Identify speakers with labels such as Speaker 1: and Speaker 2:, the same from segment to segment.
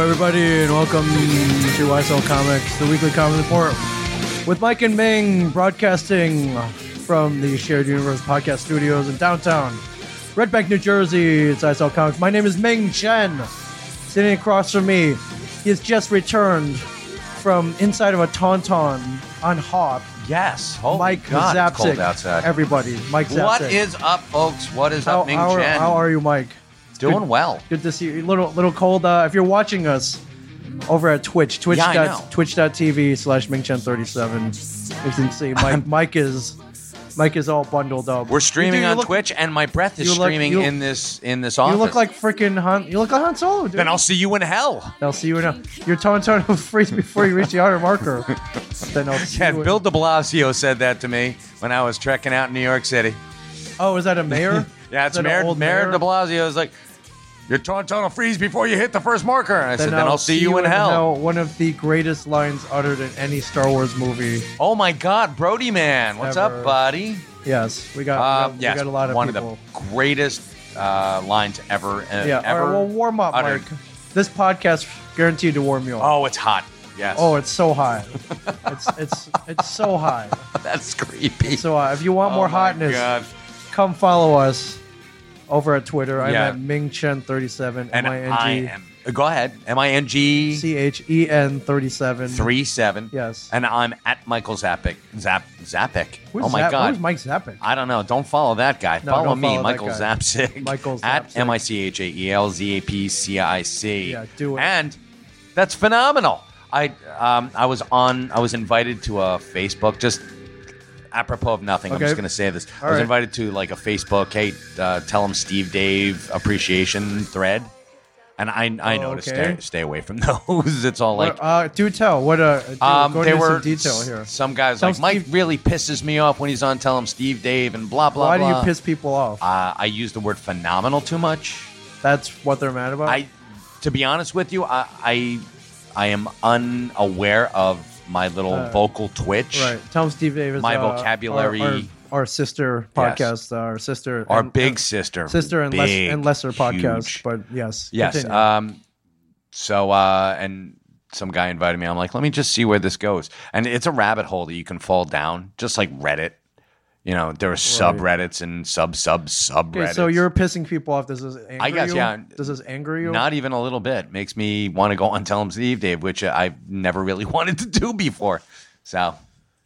Speaker 1: and welcome to YSL Comics, the weekly comic report with Mike and Ming broadcasting from the Shared Universe Podcast Studios in downtown Red Bank, New Jersey. It's YSL Comics. My name is Ming Chen. Sitting across from me, he has just returned from inside of a Tauntaun on Hop.
Speaker 2: Yes. Oh
Speaker 1: Mike
Speaker 2: God,
Speaker 1: Zapsik.
Speaker 2: it's cold outside.
Speaker 1: Everybody, Mike Zapsik.
Speaker 2: What is up, folks? What is
Speaker 1: how,
Speaker 2: up, Ming
Speaker 1: how are-
Speaker 2: Chen?
Speaker 1: how are you, Mike?
Speaker 2: Doing well.
Speaker 1: good to see you. Little little cold. Uh, if you're watching us over at Twitch, Twitch
Speaker 2: Yeah, I
Speaker 1: dot-
Speaker 2: know.
Speaker 1: twitch.tv slash Mingchen37. You can see Mike Mike is Mike is all bundled up.
Speaker 2: We're
Speaker 1: You
Speaker 2: streaming
Speaker 1: do- you
Speaker 2: on
Speaker 1: look-
Speaker 2: Twitch, and my breath is
Speaker 1: you look-
Speaker 2: streaming
Speaker 1: you-
Speaker 2: in this in this
Speaker 1: You
Speaker 2: office.
Speaker 1: look like freaking Han. You look like Han Solo, dude.
Speaker 2: Then I'll see you in hell.
Speaker 1: I'll see you in a. Your tauntaun will freeze before you reach the outer marker. then I'll see
Speaker 2: Yeah,
Speaker 1: you in-
Speaker 2: Bill De Blasio said that to me when I was trekking out in New York City.
Speaker 1: Oh, is that a mayor?
Speaker 2: Yeah,
Speaker 1: Is that
Speaker 2: it's
Speaker 1: an
Speaker 2: Mayor,
Speaker 1: old
Speaker 2: Mayor De Blasio is like, your tauntaun will freeze before you hit the first marker. And I said, then I'll see you in hell.
Speaker 1: One of the greatest lines uttered in any Star Wars movie.
Speaker 2: Oh my God, Brody man, what's
Speaker 1: Ever.
Speaker 2: up, buddy?
Speaker 1: Yes, we got. we
Speaker 2: Um,
Speaker 1: got,
Speaker 2: yes,
Speaker 1: we got a lot of
Speaker 2: one
Speaker 1: people.
Speaker 2: of the greatest uh, lines ever. Uh,
Speaker 1: Yeah.
Speaker 2: ever
Speaker 1: All right, well, warm up,
Speaker 2: uttered.
Speaker 1: Mike. This podcast guaranteed to warm you up.
Speaker 2: Oh, it's hot. Yes.
Speaker 1: Oh, it's so high. it's it's it's so high.
Speaker 2: That's creepy.
Speaker 1: So uh, if you want
Speaker 2: Oh
Speaker 1: more
Speaker 2: my
Speaker 1: hotness,
Speaker 2: God.
Speaker 1: come follow us over at Twitter. I'm
Speaker 2: Yeah.
Speaker 1: at mingchen37.
Speaker 2: And I
Speaker 1: M-I-N-G
Speaker 2: am. Go ahead. M I N G
Speaker 1: C H E N 37.
Speaker 2: three seven.
Speaker 1: Yes.
Speaker 2: And I'm at Michael Zappic. Zap Zappic.
Speaker 1: Who's
Speaker 2: oh my
Speaker 1: Zap-
Speaker 2: God.
Speaker 1: Who's Mike Zappin?
Speaker 2: I don't know. Don't follow that guy.
Speaker 1: No,
Speaker 2: follow
Speaker 1: don't
Speaker 2: me,
Speaker 1: follow that
Speaker 2: Michael
Speaker 1: guy.
Speaker 2: Zapsic.
Speaker 1: Michael
Speaker 2: At
Speaker 1: Zapsic.
Speaker 2: M I C H A E L Z A P C I C.
Speaker 1: Yeah, do it.
Speaker 2: And that's phenomenal. I um, I was on I was invited to a Facebook just apropos of nothing. I'm
Speaker 1: Okay.
Speaker 2: just gonna say this.
Speaker 1: All
Speaker 2: I was
Speaker 1: right.
Speaker 2: invited to like a Facebook, hey, uh, tell him Steve Dave appreciation thread. And I I
Speaker 1: Oh,
Speaker 2: know to
Speaker 1: okay.
Speaker 2: stay, stay away from those. It's all like
Speaker 1: What- uh, do tell. What uh, do,
Speaker 2: um,
Speaker 1: go
Speaker 2: there
Speaker 1: into
Speaker 2: were
Speaker 1: some detail
Speaker 2: s-
Speaker 1: here.
Speaker 2: some guys
Speaker 1: Tell
Speaker 2: like
Speaker 1: him
Speaker 2: Mike
Speaker 1: Steve-
Speaker 2: really pisses me off when he's on. Tell him Steve Dave and blah blah.
Speaker 1: Why do
Speaker 2: blah."
Speaker 1: you piss people off?
Speaker 2: Uh, I use the word phenomenal too much.
Speaker 1: That's what they're mad about.
Speaker 2: I, to be honest with you, I, I, I am unaware of my little
Speaker 1: Uh,
Speaker 2: vocal twitch.
Speaker 1: Right. Tell them Steve Davis.
Speaker 2: My
Speaker 1: uh,
Speaker 2: vocabulary-
Speaker 1: Our, our, our sister
Speaker 2: Yes.
Speaker 1: podcast, uh, our sister.
Speaker 2: Our
Speaker 1: and-
Speaker 2: big
Speaker 1: and
Speaker 2: sister,
Speaker 1: sister and, less,
Speaker 2: Big,
Speaker 1: and lesser podcast.
Speaker 2: huge.
Speaker 1: But yes.
Speaker 2: yes.
Speaker 1: continue.
Speaker 2: Um, so uh, and some guy invited me. I'm like, let me just see where this goes. And it's a rabbit hole that you can fall down, just like Reddit. You know, there are subreddits and sub sub subreddits.
Speaker 1: okay, so you're pissing people off. Does this anger
Speaker 2: I guess,
Speaker 1: you?
Speaker 2: yeah.
Speaker 1: Does this anger you?
Speaker 2: Not even a little bit. Makes me want to go on Tell 'em Steve Dave, which I've never really wanted to do before. So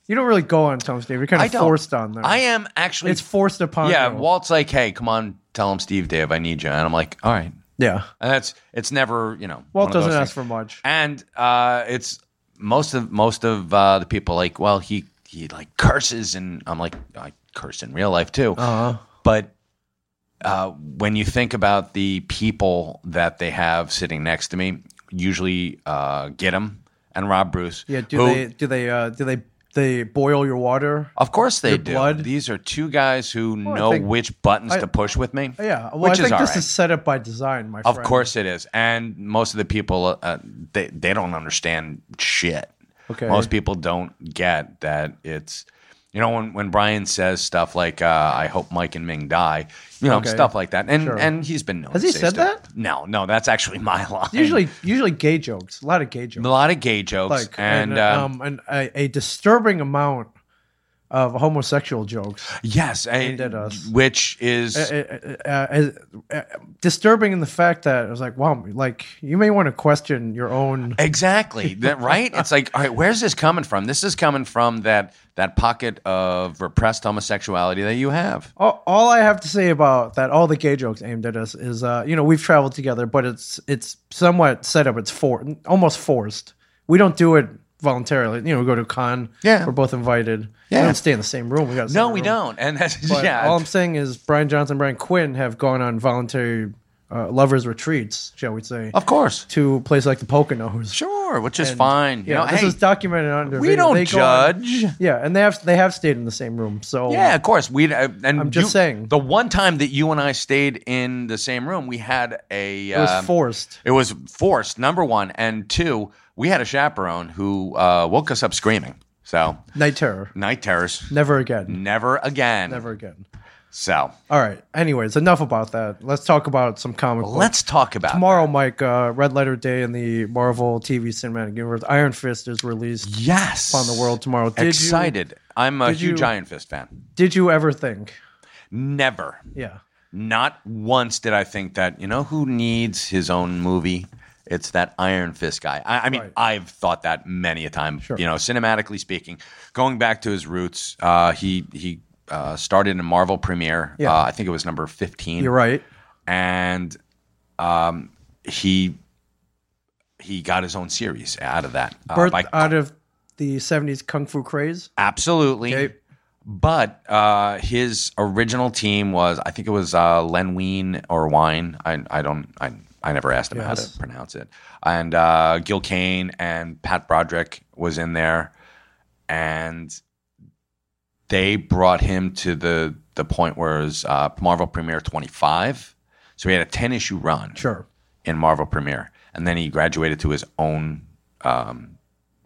Speaker 1: you don't really go on Tom Steve. You're kind
Speaker 2: I
Speaker 1: of
Speaker 2: don't.
Speaker 1: forced on there.
Speaker 2: I am actually.
Speaker 1: It's forced upon
Speaker 2: yeah,
Speaker 1: you.
Speaker 2: Walt's like, hey, come on, Tell 'em Steve Dave, I need you, and I'm like, all right.
Speaker 1: yeah.
Speaker 2: And that's it's never you know.
Speaker 1: Walt
Speaker 2: one of those
Speaker 1: doesn't ask for
Speaker 2: things.
Speaker 1: much.
Speaker 2: And uh, it's most of most of uh, the people like, well, he he like curses, and I'm like, I curse in real life too.
Speaker 1: Uh,
Speaker 2: But uh, when you think about the people that they have sitting next to me, usually uh, get and Rob Bruce.
Speaker 1: yeah. Do
Speaker 2: who-
Speaker 1: they? Do they? Uh, do they? They boil your water.
Speaker 2: Of course they
Speaker 1: Your
Speaker 2: do.
Speaker 1: blood? Oh,
Speaker 2: These are two guys who
Speaker 1: I
Speaker 2: know
Speaker 1: think-
Speaker 2: which buttons
Speaker 1: I-
Speaker 2: to push with me.
Speaker 1: Yeah. Well, I
Speaker 2: which
Speaker 1: think
Speaker 2: is all
Speaker 1: this
Speaker 2: right.
Speaker 1: is set up by design, my
Speaker 2: of
Speaker 1: friend.
Speaker 2: course it is. And most of the people, uh, they they don't understand shit.
Speaker 1: Okay.
Speaker 2: Most people don't get that it's. You know when, when Brian says stuff like uh, "I hope Mike and Ming die," you know
Speaker 1: Okay.
Speaker 2: stuff like that, and
Speaker 1: Sure.
Speaker 2: and he's been known.
Speaker 1: Has
Speaker 2: to
Speaker 1: he
Speaker 2: say
Speaker 1: said
Speaker 2: stuff-
Speaker 1: that?
Speaker 2: No, no, that's actually my line.
Speaker 1: Usually, usually gay jokes. A lot of gay jokes.
Speaker 2: a lot of gay jokes,
Speaker 1: like
Speaker 2: and,
Speaker 1: and,
Speaker 2: uh,
Speaker 1: um and a, a disturbing amount of homosexual jokes,
Speaker 2: yes, and-
Speaker 1: did um, us.
Speaker 2: which is
Speaker 1: Uh, uh, uh, uh, disturbing in the fact that I was like, wow, like you may want to question your own.
Speaker 2: Exactly. That right? It's like, all right, where's this coming from? This is coming from that that pocket of repressed homosexuality that you have.
Speaker 1: All, all I have to say about that, all the gay jokes aimed at us is, uh, you know, we've traveled together, but it's it's somewhat set up. It's for almost forced. We don't do it voluntarily. You know, we go to a con.
Speaker 2: Yeah.
Speaker 1: we're both invited.
Speaker 2: Yeah.
Speaker 1: we don't stay in the same room. We got a
Speaker 2: No,
Speaker 1: separate
Speaker 2: we
Speaker 1: room.
Speaker 2: don't. And that's
Speaker 1: But
Speaker 2: yeah.
Speaker 1: all I'm saying is Brian Johnson, Brian Quinn have gone on voluntary uh, lovers retreats, shall we say,
Speaker 2: of course.
Speaker 1: to places like the Poconos.
Speaker 2: Sure, which is fine. You
Speaker 1: Yeah,
Speaker 2: know,
Speaker 1: this
Speaker 2: hey,
Speaker 1: is documented on their
Speaker 2: we
Speaker 1: video.
Speaker 2: don't
Speaker 1: They go on-
Speaker 2: judge.
Speaker 1: yeah, and they have they have stayed in the same room. So
Speaker 2: Yeah, of course. We uh, and
Speaker 1: Oh. I'm just
Speaker 2: you-
Speaker 1: saying.
Speaker 2: the one time that you and I stayed in the same room, we had a
Speaker 1: it was
Speaker 2: um,
Speaker 1: forced.
Speaker 2: it was forced. Number one and two, we had a chaperone who uh, woke us up screaming. So
Speaker 1: Night terror.
Speaker 2: night terrors, Mm.
Speaker 1: Never again.
Speaker 2: never again.
Speaker 1: Never again.
Speaker 2: So
Speaker 1: All right. Anyways, enough about that. Let's talk about some comic books.
Speaker 2: let's talk about
Speaker 1: Tomorrow, Mike, uh, Red Letter Day in the Marvel TV Cinematic Universe. Iron Fist is released
Speaker 2: Yes,
Speaker 1: on the world tomorrow. Did
Speaker 2: Excited. I'm a
Speaker 1: did you-
Speaker 2: huge Iron Fist fan.
Speaker 1: You, did you ever think?
Speaker 2: Never,
Speaker 1: Yeah.
Speaker 2: not once did I think that you know who needs his own movie. It's that Iron Fist guy. I, I mean,
Speaker 1: Right.
Speaker 2: I've thought that many a time.
Speaker 1: Sure.
Speaker 2: You know, cinematically speaking, going back to his roots, uh, he he uh, started in Marvel premiere.
Speaker 1: Yeah.
Speaker 2: Uh, I think it was number fifteen.
Speaker 1: You're right.
Speaker 2: and um, he he got his own series out of that. uh,
Speaker 1: Birth
Speaker 2: by-
Speaker 1: out of the 70s Kung Fu craze.
Speaker 2: absolutely.
Speaker 1: Okay.
Speaker 2: But uh, his original team was, I think it was uh, Len Wein or Wine. I, I don't, I, I never asked him how
Speaker 1: Yes.
Speaker 2: to pronounce it. And uh, Gil Kane and Pat Broderick was in there, and they brought him to the the point where it was uh, Marvel Premiere 25. So he had a 10 issue run
Speaker 1: Sure.
Speaker 2: in Marvel Premiere, and then he graduated to his own um,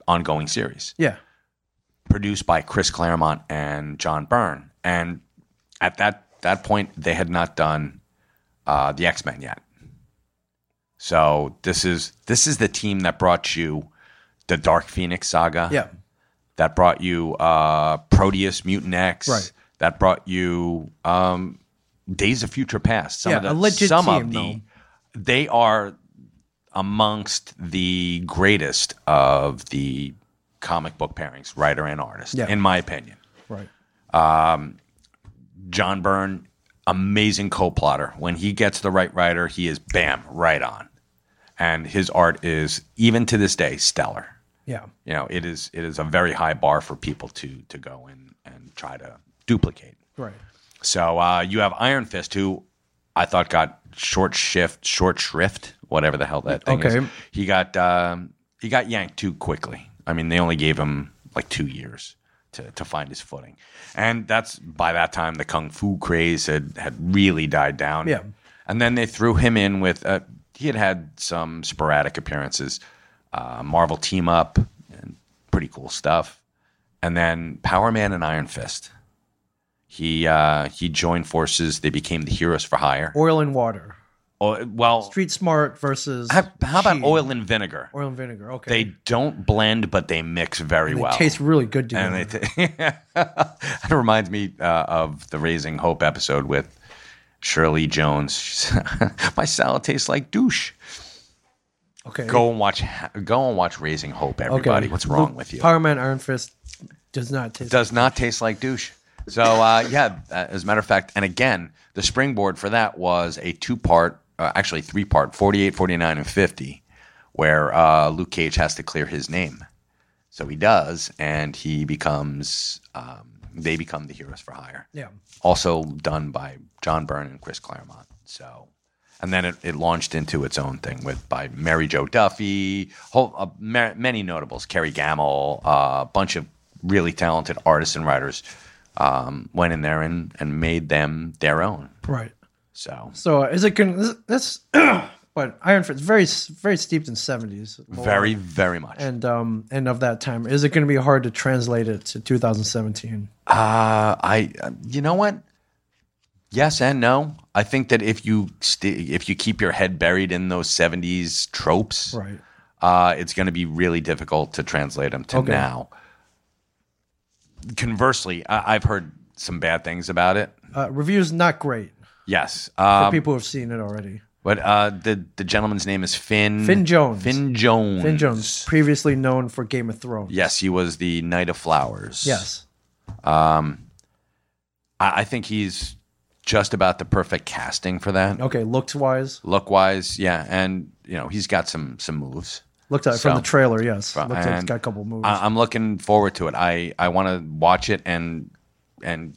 Speaker 2: ongoing series
Speaker 1: Yeah.
Speaker 2: produced by Chris Claremont and John Byrne. And at that that point, they had not done uh, the X Men yet. So this is this is the team that brought you the Dark Phoenix saga.
Speaker 1: Yeah.
Speaker 2: That brought you uh, Proteus Mutant X.
Speaker 1: Right.
Speaker 2: That brought you um, Days of Future Past. Some
Speaker 1: Yeah,
Speaker 2: of the
Speaker 1: a legit
Speaker 2: some
Speaker 1: team,
Speaker 2: of the they are amongst the greatest of the comic book pairings, writer and artist,
Speaker 1: Yeah.
Speaker 2: in my opinion.
Speaker 1: Right.
Speaker 2: John Byrne, amazing co-plotter. When he gets the right writer, he is bam right on, and his art is even to this day stellar.
Speaker 1: Yeah.
Speaker 2: You know, it is it is a very high bar for people to to go in and try to duplicate.
Speaker 1: Right.
Speaker 2: So uh, you have Iron Fist, who I thought got short shift, short shrift, whatever the hell that thing
Speaker 1: Okay.
Speaker 2: is. He got um, he got yanked too quickly. I mean, they only gave him like two years to, to find his footing, and that's by that time the kung fu craze had had really died down.
Speaker 1: Yeah.
Speaker 2: and then they threw him in with uh, he had had some sporadic appearances, uh, Marvel team up, and pretty cool stuff, and then Power Man and Iron Fist. He uh, he joined forces. They became the heroes for hire.
Speaker 1: Oil and water.
Speaker 2: Oh, well,
Speaker 1: Street smart versus.
Speaker 2: how, how about
Speaker 1: cheap.
Speaker 2: oil and vinegar?
Speaker 1: Oil and vinegar. Okay.
Speaker 2: They don't blend, but they mix very
Speaker 1: They
Speaker 2: well.
Speaker 1: taste really good together.
Speaker 2: and they t- it reminds me uh, of the Raising Hope episode with Shirley Jones. She said, My salad tastes like douche.
Speaker 1: okay.
Speaker 2: Go and watch. Go and watch Raising Hope. Everybody, what's wrong with you?
Speaker 1: Power Man Iron Fist does not taste.
Speaker 2: does not taste like douche. So uh, yeah, uh, as a matter of fact, and again, the springboard for that was a two-part, uh, actually three-part, 48, 49, and 50, where uh, Luke Cage has to clear his name. So he does, and he becomes, um, they become the heroes for hire.
Speaker 1: yeah.
Speaker 2: Also done by John Byrne and Chris Claremont. So, and then it, it launched into its own thing with by Mary Jo Duffy, whole, uh, ma- many notables, Kerry Gamble, uh, a bunch of really talented artists and writers um, went in there and, and made them their own.
Speaker 1: Right.
Speaker 2: So
Speaker 1: So uh, is it con- this? this but Iron Fist very s- very steeped in seventies.
Speaker 2: very, very much.
Speaker 1: And um and of that time, is it going to be hard to translate it to 2017?
Speaker 2: Uh, I, uh, you know what? Yes and no. I think that if you st- if you keep your head buried in those '70s tropes,
Speaker 1: Right.
Speaker 2: uh, it's going to be really difficult to translate them to
Speaker 1: Okay.
Speaker 2: now. Conversely, I- I've heard some bad things about it.
Speaker 1: Uh, reviews not great
Speaker 2: Yes,
Speaker 1: for
Speaker 2: uh,
Speaker 1: people who've seen it already.
Speaker 2: but uh, the the gentleman's name is Finn
Speaker 1: Finn Jones.
Speaker 2: Finn Jones.
Speaker 1: Ben Jones, previously known for Game of Thrones.
Speaker 2: Yes, he was the Knight of Flowers.
Speaker 1: Yes.
Speaker 2: I, I think he's just about the perfect casting for that.
Speaker 1: Okay. Looks wise,
Speaker 2: look wise, yeah, and you know he's got some some moves.
Speaker 1: looked at it from
Speaker 2: So-
Speaker 1: the trailer. Yes. Looks like it's
Speaker 2: and uh,
Speaker 1: got a couple moves.
Speaker 2: I, I'm looking forward to it. I I want to watch it and and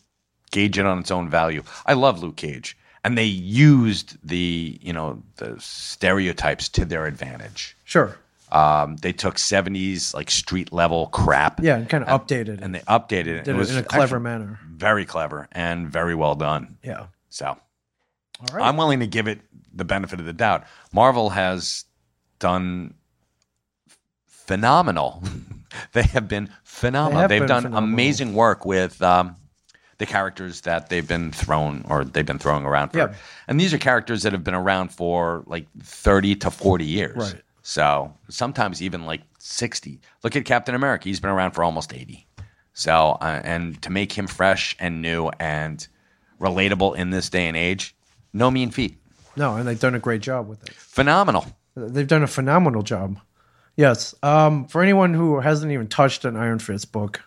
Speaker 2: gauge it on its own value. I love Luke Cage, and they used the you know the stereotypes to their advantage.
Speaker 1: sure.
Speaker 2: Um, they took '70s like street level crap,
Speaker 1: Yeah, and kind of updated
Speaker 2: and
Speaker 1: it,
Speaker 2: they updated it.
Speaker 1: did
Speaker 2: it
Speaker 1: it
Speaker 2: was
Speaker 1: in a clever
Speaker 2: actually
Speaker 1: manner.
Speaker 2: very clever, and very well done.
Speaker 1: Yeah.
Speaker 2: So.
Speaker 1: All right.
Speaker 2: I'm willing to give it the benefit of the doubt. Marvel has done f- phenomenal. they have been phenomenal.
Speaker 1: They have
Speaker 2: They have
Speaker 1: been
Speaker 2: done
Speaker 1: phenomenal.
Speaker 2: amazing work with um, the characters that they've been thrown or they've been throwing around for.
Speaker 1: Yeah.
Speaker 2: And these are characters that have been around for like 30 to 40 years.
Speaker 1: Right.
Speaker 2: So sometimes even like 60. Look at Captain America. He's been around for almost 80. So, uh, and to make him fresh and new and relatable in this day and age, no mean feat.
Speaker 1: No, and they've done a great job with it.
Speaker 2: Phenomenal.
Speaker 1: They've done a phenomenal job. Yes. Um, for anyone who hasn't even touched an Iron Fist book,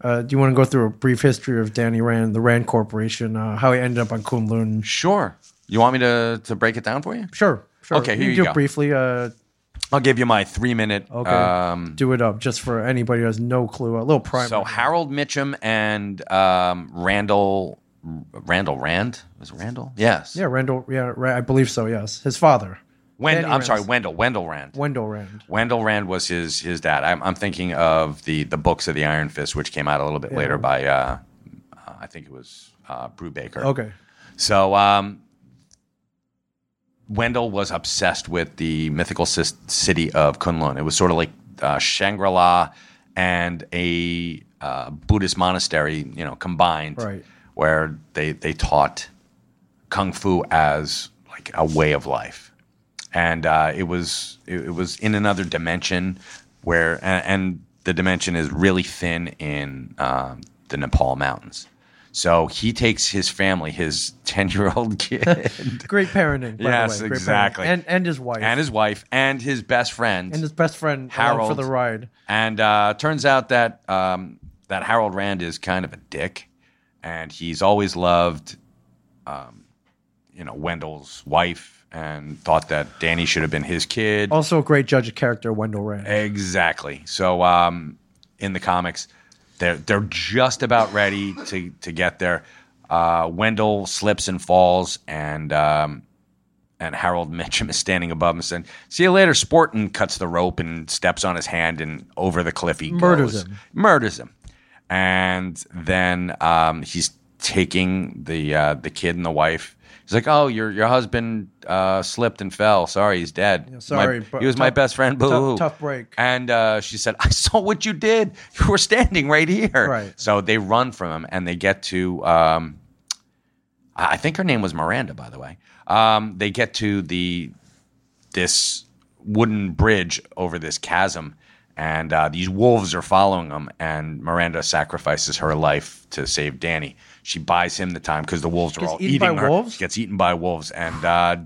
Speaker 1: uh, do you want to go through a brief history of Danny Rand, the Rand Corporation, uh, how he ended up on Kunlun?
Speaker 2: Sure. You want me to, to break it down for you?
Speaker 1: Sure. Sure.
Speaker 2: Okay,
Speaker 1: You
Speaker 2: here
Speaker 1: can
Speaker 2: you
Speaker 1: do
Speaker 2: go.
Speaker 1: it briefly. Uh,
Speaker 2: I'll give you my three minute.
Speaker 1: okay.
Speaker 2: Um,
Speaker 1: do it up just for anybody who has no clue. A little primer.
Speaker 2: So Harold Mitchum and um, Randall Randall Rand was it Randall? Yes.
Speaker 1: yeah, Randall. Yeah, Ra- I believe so. Yes, his father,
Speaker 2: Wend-
Speaker 1: Danny
Speaker 2: I'm sorry,
Speaker 1: Rand's-
Speaker 2: Wendell. Wendell Rand.
Speaker 1: Wendell Rand.
Speaker 2: Wendell Rand was his his dad. I'm, I'm thinking of the the books of the Iron Fist, which came out a little bit later by uh, uh, I think it was uh, Brubaker.
Speaker 1: Okay.
Speaker 2: So um, Wendell was obsessed with the mythical cis- city of Kunlun. It was sort of like uh, Shangri La and a uh, Buddhist monastery, you know, combined,
Speaker 1: Right.
Speaker 2: where they they taught kung fu as like a way of life, and uh, it was it, it was in another dimension where and, and the dimension is really thin in um, the Nepal mountains. So he takes his family, his ten year old kid,
Speaker 1: Great parenting. By
Speaker 2: Yes,
Speaker 1: the way. Great parenting.
Speaker 2: exactly.
Speaker 1: And and his wife
Speaker 2: and his wife, and his best friend,
Speaker 1: And his best friend Harold
Speaker 2: Harold.
Speaker 1: for the ride.
Speaker 2: And uh, turns out that um, that Harold Rand is kind of a dick, and he's always loved, um, you know, Wendell's wife, and thought that Danny should have been his kid.
Speaker 1: Also a great judge of character, Wendell Rand.
Speaker 2: Exactly. So um, in the comics, they're they're just about ready to to get there. Uh, Wendell slips and falls, and um, and Harold Mitchum is standing above him, saying, "See you later, sport," and cuts the rope and steps on his hand, and over the cliff he
Speaker 1: Murders
Speaker 2: goes.
Speaker 1: him.
Speaker 2: Murders him, and then um, he's taking the uh, the kid and the wife. He's like, "Oh, your your husband uh, slipped and fell. Sorry, he's dead. My-
Speaker 1: sorry, but
Speaker 2: he was my
Speaker 1: tough-
Speaker 2: best friend. Boo hoo."
Speaker 1: tough break.
Speaker 2: And uh, she said, I saw what you did. You were standing right here.
Speaker 1: Right.
Speaker 2: So they run from him and they get to, um, I I think her name was Miranda, by the way. Um, they get to the this wooden bridge over this chasm, and uh, these wolves are following them. And Miranda sacrifices her life to save Danny. She buys him the time because the wolves are
Speaker 1: Gets
Speaker 2: all
Speaker 1: eaten
Speaker 2: eating
Speaker 1: by
Speaker 2: her.
Speaker 1: wolves?
Speaker 2: She gets eaten by wolves, and uh,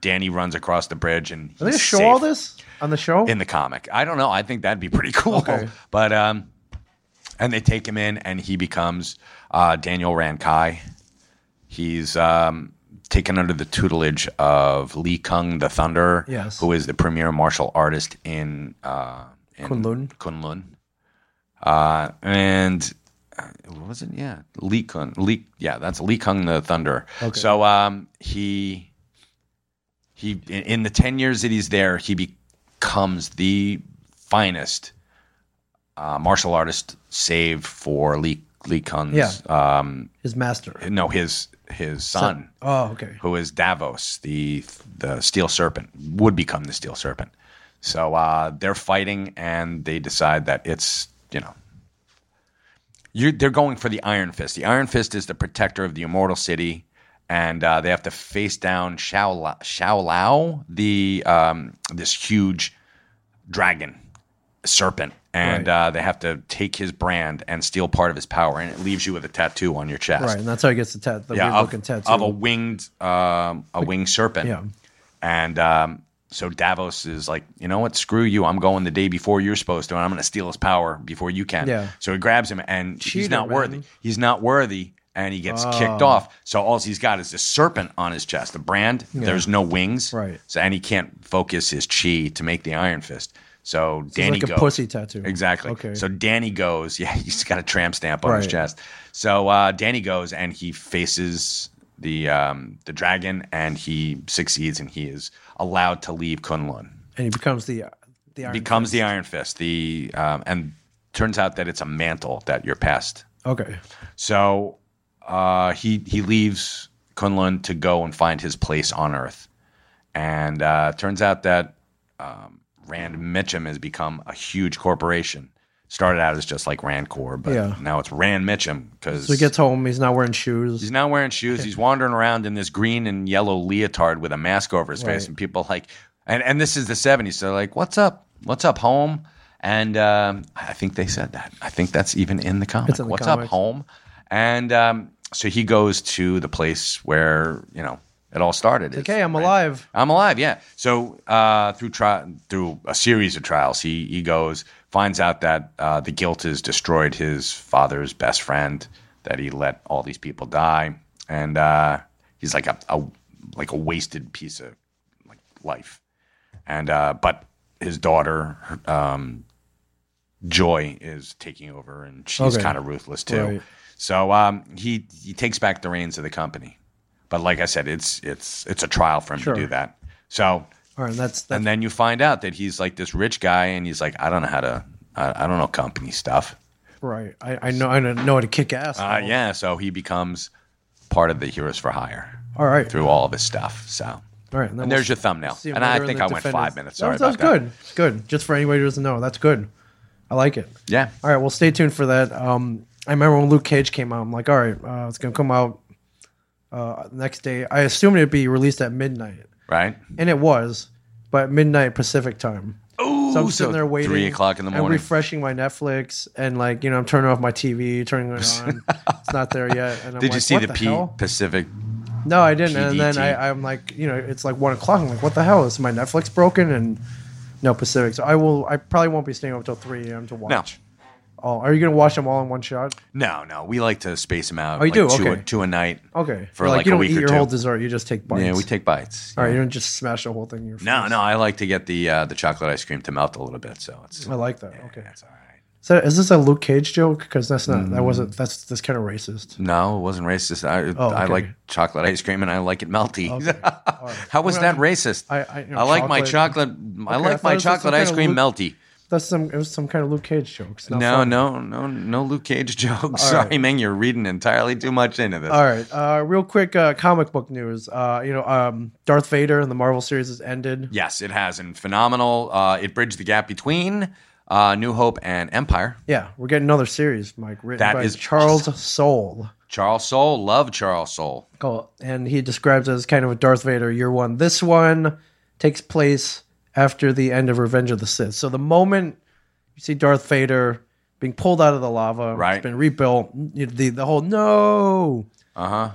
Speaker 2: Danny runs across the bridge. And
Speaker 1: Are they gonna
Speaker 2: he's
Speaker 1: show
Speaker 2: safe
Speaker 1: all this on the show?
Speaker 2: in the comic. I don't know. I think that'd be pretty cool.
Speaker 1: Okay.
Speaker 2: But um, and they take him in, and he becomes uh, Daniel Rankai. He's um, taken under the tutelage of Lee Kung the Thunder,
Speaker 1: Yes.
Speaker 2: who is the premier martial artist in uh, in
Speaker 1: Kunlun.
Speaker 2: Kunlun. Uh, and uh, what was it? Yeah, Lee Kung. Lee, yeah, that's Lee Kung the Thunder.
Speaker 1: Okay.
Speaker 2: So um, he he in- in the 10 years that he's there he becomes the finest uh, martial artist save for lee lee kun's
Speaker 1: Yeah.
Speaker 2: um,
Speaker 1: his master.
Speaker 2: no his his son
Speaker 1: Oh, okay.
Speaker 2: who is davos the the steel serpent would become the steel serpent so uh, they're fighting and they decide that it's you know you they're going for the Iron Fist. The Iron Fist is the protector of the Immortal City, and uh, they have to face down Xiao Lao, Xiao Lao the um, this huge dragon serpent, and uh, they have to take his brand and steal part of his power, and it leaves you with a tattoo on your chest
Speaker 1: Right, and that's how he gets the, tat- the weird
Speaker 2: of,
Speaker 1: looking tattoo.
Speaker 2: of a winged um, a winged serpent.
Speaker 1: Yeah.
Speaker 2: And um, so Davos is like, you know what? Screw you! I'm going the day before you're supposed to, and I'm going to steal his power before you can.
Speaker 1: Yeah.
Speaker 2: So he grabs him, and he's
Speaker 1: Cheater,
Speaker 2: not worthy.
Speaker 1: man. Oh.
Speaker 2: He's not worthy, and he gets kicked off. So all he's got is this serpent on his chest, the brand. There's no wings,
Speaker 1: Right.
Speaker 2: So and he can't focus his chi to make the Iron Fist. So
Speaker 1: it's
Speaker 2: Danny
Speaker 1: like a
Speaker 2: goes.
Speaker 1: pussy tattoo.
Speaker 2: Exactly.
Speaker 1: Okay.
Speaker 2: So Danny goes. Yeah, he's got a tramp stamp on his
Speaker 1: Right.
Speaker 2: chest. So uh, Danny goes and he faces the um, the dragon and he succeeds and he is allowed to leave Kunlun.
Speaker 1: and he becomes the the Iron
Speaker 2: Becomes the Iron Fist. The um, and turns out that it's a mantle that you're past.
Speaker 1: Okay.
Speaker 2: So uh, he he leaves Kunlun to go and find his place on Earth, and uh, turns out that um, Rand Mitchum has become a huge corporation. started out as just like Rancor, but
Speaker 1: Yeah.
Speaker 2: now it's Rand Mitchum because
Speaker 1: So he gets home. He's not wearing shoes.
Speaker 2: he's not wearing shoes. He's wandering around in this green and yellow leotard with a mask over his face,
Speaker 1: Right.
Speaker 2: and people like, and and this is the '70s, so they're like, what's up? What's up, home? And um, I think they said that. I think that's even in the comic.
Speaker 1: in the
Speaker 2: what's up,
Speaker 1: comics.
Speaker 2: home? And um, so he goes to the place where you know it all started. It's-
Speaker 1: okay, I'm alive.
Speaker 2: I'm alive. Yeah. So uh, through tri- through a series of trials, he he goes finds out that uh, the guilt has destroyed his father's best friend, that he let all these people die, and uh, he's like a, a like a wasted piece of like life, and uh, but his daughter. Um, Joy is taking over, and she's
Speaker 1: Okay.
Speaker 2: kind of ruthless too.
Speaker 1: Right.
Speaker 2: So um, he he takes back the reins of the company, but like I said, it's it's it's a trial for him
Speaker 1: Sure.
Speaker 2: to do that. So
Speaker 1: All right, that's that's
Speaker 2: and then you find out that he's like this rich guy, and he's like, I don't know how to, I, I don't know company stuff.
Speaker 1: right. I, I know I know how to kick ass.
Speaker 2: Uh, yeah, so he becomes part of the Heroes for Hire
Speaker 1: All right.
Speaker 2: through all of his stuff. So
Speaker 1: All right. And, then
Speaker 2: and
Speaker 1: we'll
Speaker 2: there's your thumbnail,
Speaker 1: see him
Speaker 2: and I
Speaker 1: later in
Speaker 2: think
Speaker 1: the
Speaker 2: I went
Speaker 1: Defenders.
Speaker 2: five minutes. Sorry
Speaker 1: that was,
Speaker 2: about
Speaker 1: that was good. Good. Just for anybody who doesn't know, that's good. I like it.
Speaker 2: that. Yeah,
Speaker 1: All right, well, stay tuned for that. Um, I remember when Luke Cage came out. I'm like, all right, uh, it's gonna come out uh, next day. I assumed it'd be released at midnight,
Speaker 2: right.
Speaker 1: and it was, but midnight Pacific time.
Speaker 2: Ooh,
Speaker 1: So I'm sitting there waiting.
Speaker 2: Three o'clock in the
Speaker 1: I'm
Speaker 2: morning.
Speaker 1: refreshing my Netflix, and like you know, I'm turning off my TV, turning it on. it's not there yet. And I'm
Speaker 2: Did
Speaker 1: like,
Speaker 2: you see
Speaker 1: what
Speaker 2: the, P-
Speaker 1: hell?
Speaker 2: Pacific?
Speaker 1: No, I didn't. And then
Speaker 2: PDT?
Speaker 1: I, I'm like, you know, it's like one o'clock. I'm like, what the hell? Is my Netflix broken? And no Pacific. So I will. I probably won't be staying up till three a.m. to
Speaker 2: No,
Speaker 1: watch. all. Are you gonna watch them all in one shot?
Speaker 2: no, no. We like to space them out.
Speaker 1: Oh, you
Speaker 2: like
Speaker 1: do?
Speaker 2: Two, a,
Speaker 1: Okay.
Speaker 2: two a night.
Speaker 1: Okay.
Speaker 2: For
Speaker 1: You're
Speaker 2: like
Speaker 1: you
Speaker 2: a
Speaker 1: don't
Speaker 2: week
Speaker 1: eat
Speaker 2: or
Speaker 1: your
Speaker 2: two.
Speaker 1: whole dessert. You just take bites.
Speaker 2: Yeah, we take bites.
Speaker 1: All right, you don't just smash the whole thing in your face.
Speaker 2: No, no, I like to get the uh, the chocolate ice cream to melt a little bit, so it's
Speaker 1: I like that. Okay.
Speaker 2: that's all right.
Speaker 1: So is this a Luke Cage joke? Because that's not. That wasn't. That's that's kind of racist.
Speaker 2: No, it wasn't racist. I I
Speaker 1: Oh, okay.
Speaker 2: like chocolate ice cream and I like it melty.
Speaker 1: All right.
Speaker 2: How was
Speaker 1: Well,
Speaker 2: that racist?
Speaker 1: I- I- you know,
Speaker 2: like my
Speaker 1: chocolate-
Speaker 2: chocolate. I like
Speaker 1: thought it
Speaker 2: my
Speaker 1: was some
Speaker 2: chocolate
Speaker 1: kind
Speaker 2: ice
Speaker 1: of
Speaker 2: cream
Speaker 1: Luke-
Speaker 2: melty.
Speaker 1: That's some. It was some kind of Luke Cage jokes.
Speaker 2: No, no, no, no Luke Cage jokes.
Speaker 1: All right.
Speaker 2: Sorry, man, you're reading entirely too much into this.
Speaker 1: All right. Uh, real quick, uh, comic book news. Uh, you know, um, Darth Vader in the Marvel series has ended.
Speaker 2: Yes, it has, and phenomenal. Uh, it bridged the gap between uh, New Hope and Empire.
Speaker 1: Yeah, we're getting another series, Mike, written
Speaker 2: That
Speaker 1: by
Speaker 2: is
Speaker 1: Charles Soule.
Speaker 2: Charles Soule, love Charles Soule.
Speaker 1: Cool. And he describes it as kind of a Darth Vader year one. This one takes place after the end of Revenge of the Sith. So the moment you see Darth Vader being pulled out of the lava,
Speaker 2: Right.
Speaker 1: it's been rebuilt, the, the whole no.
Speaker 2: Uh huh.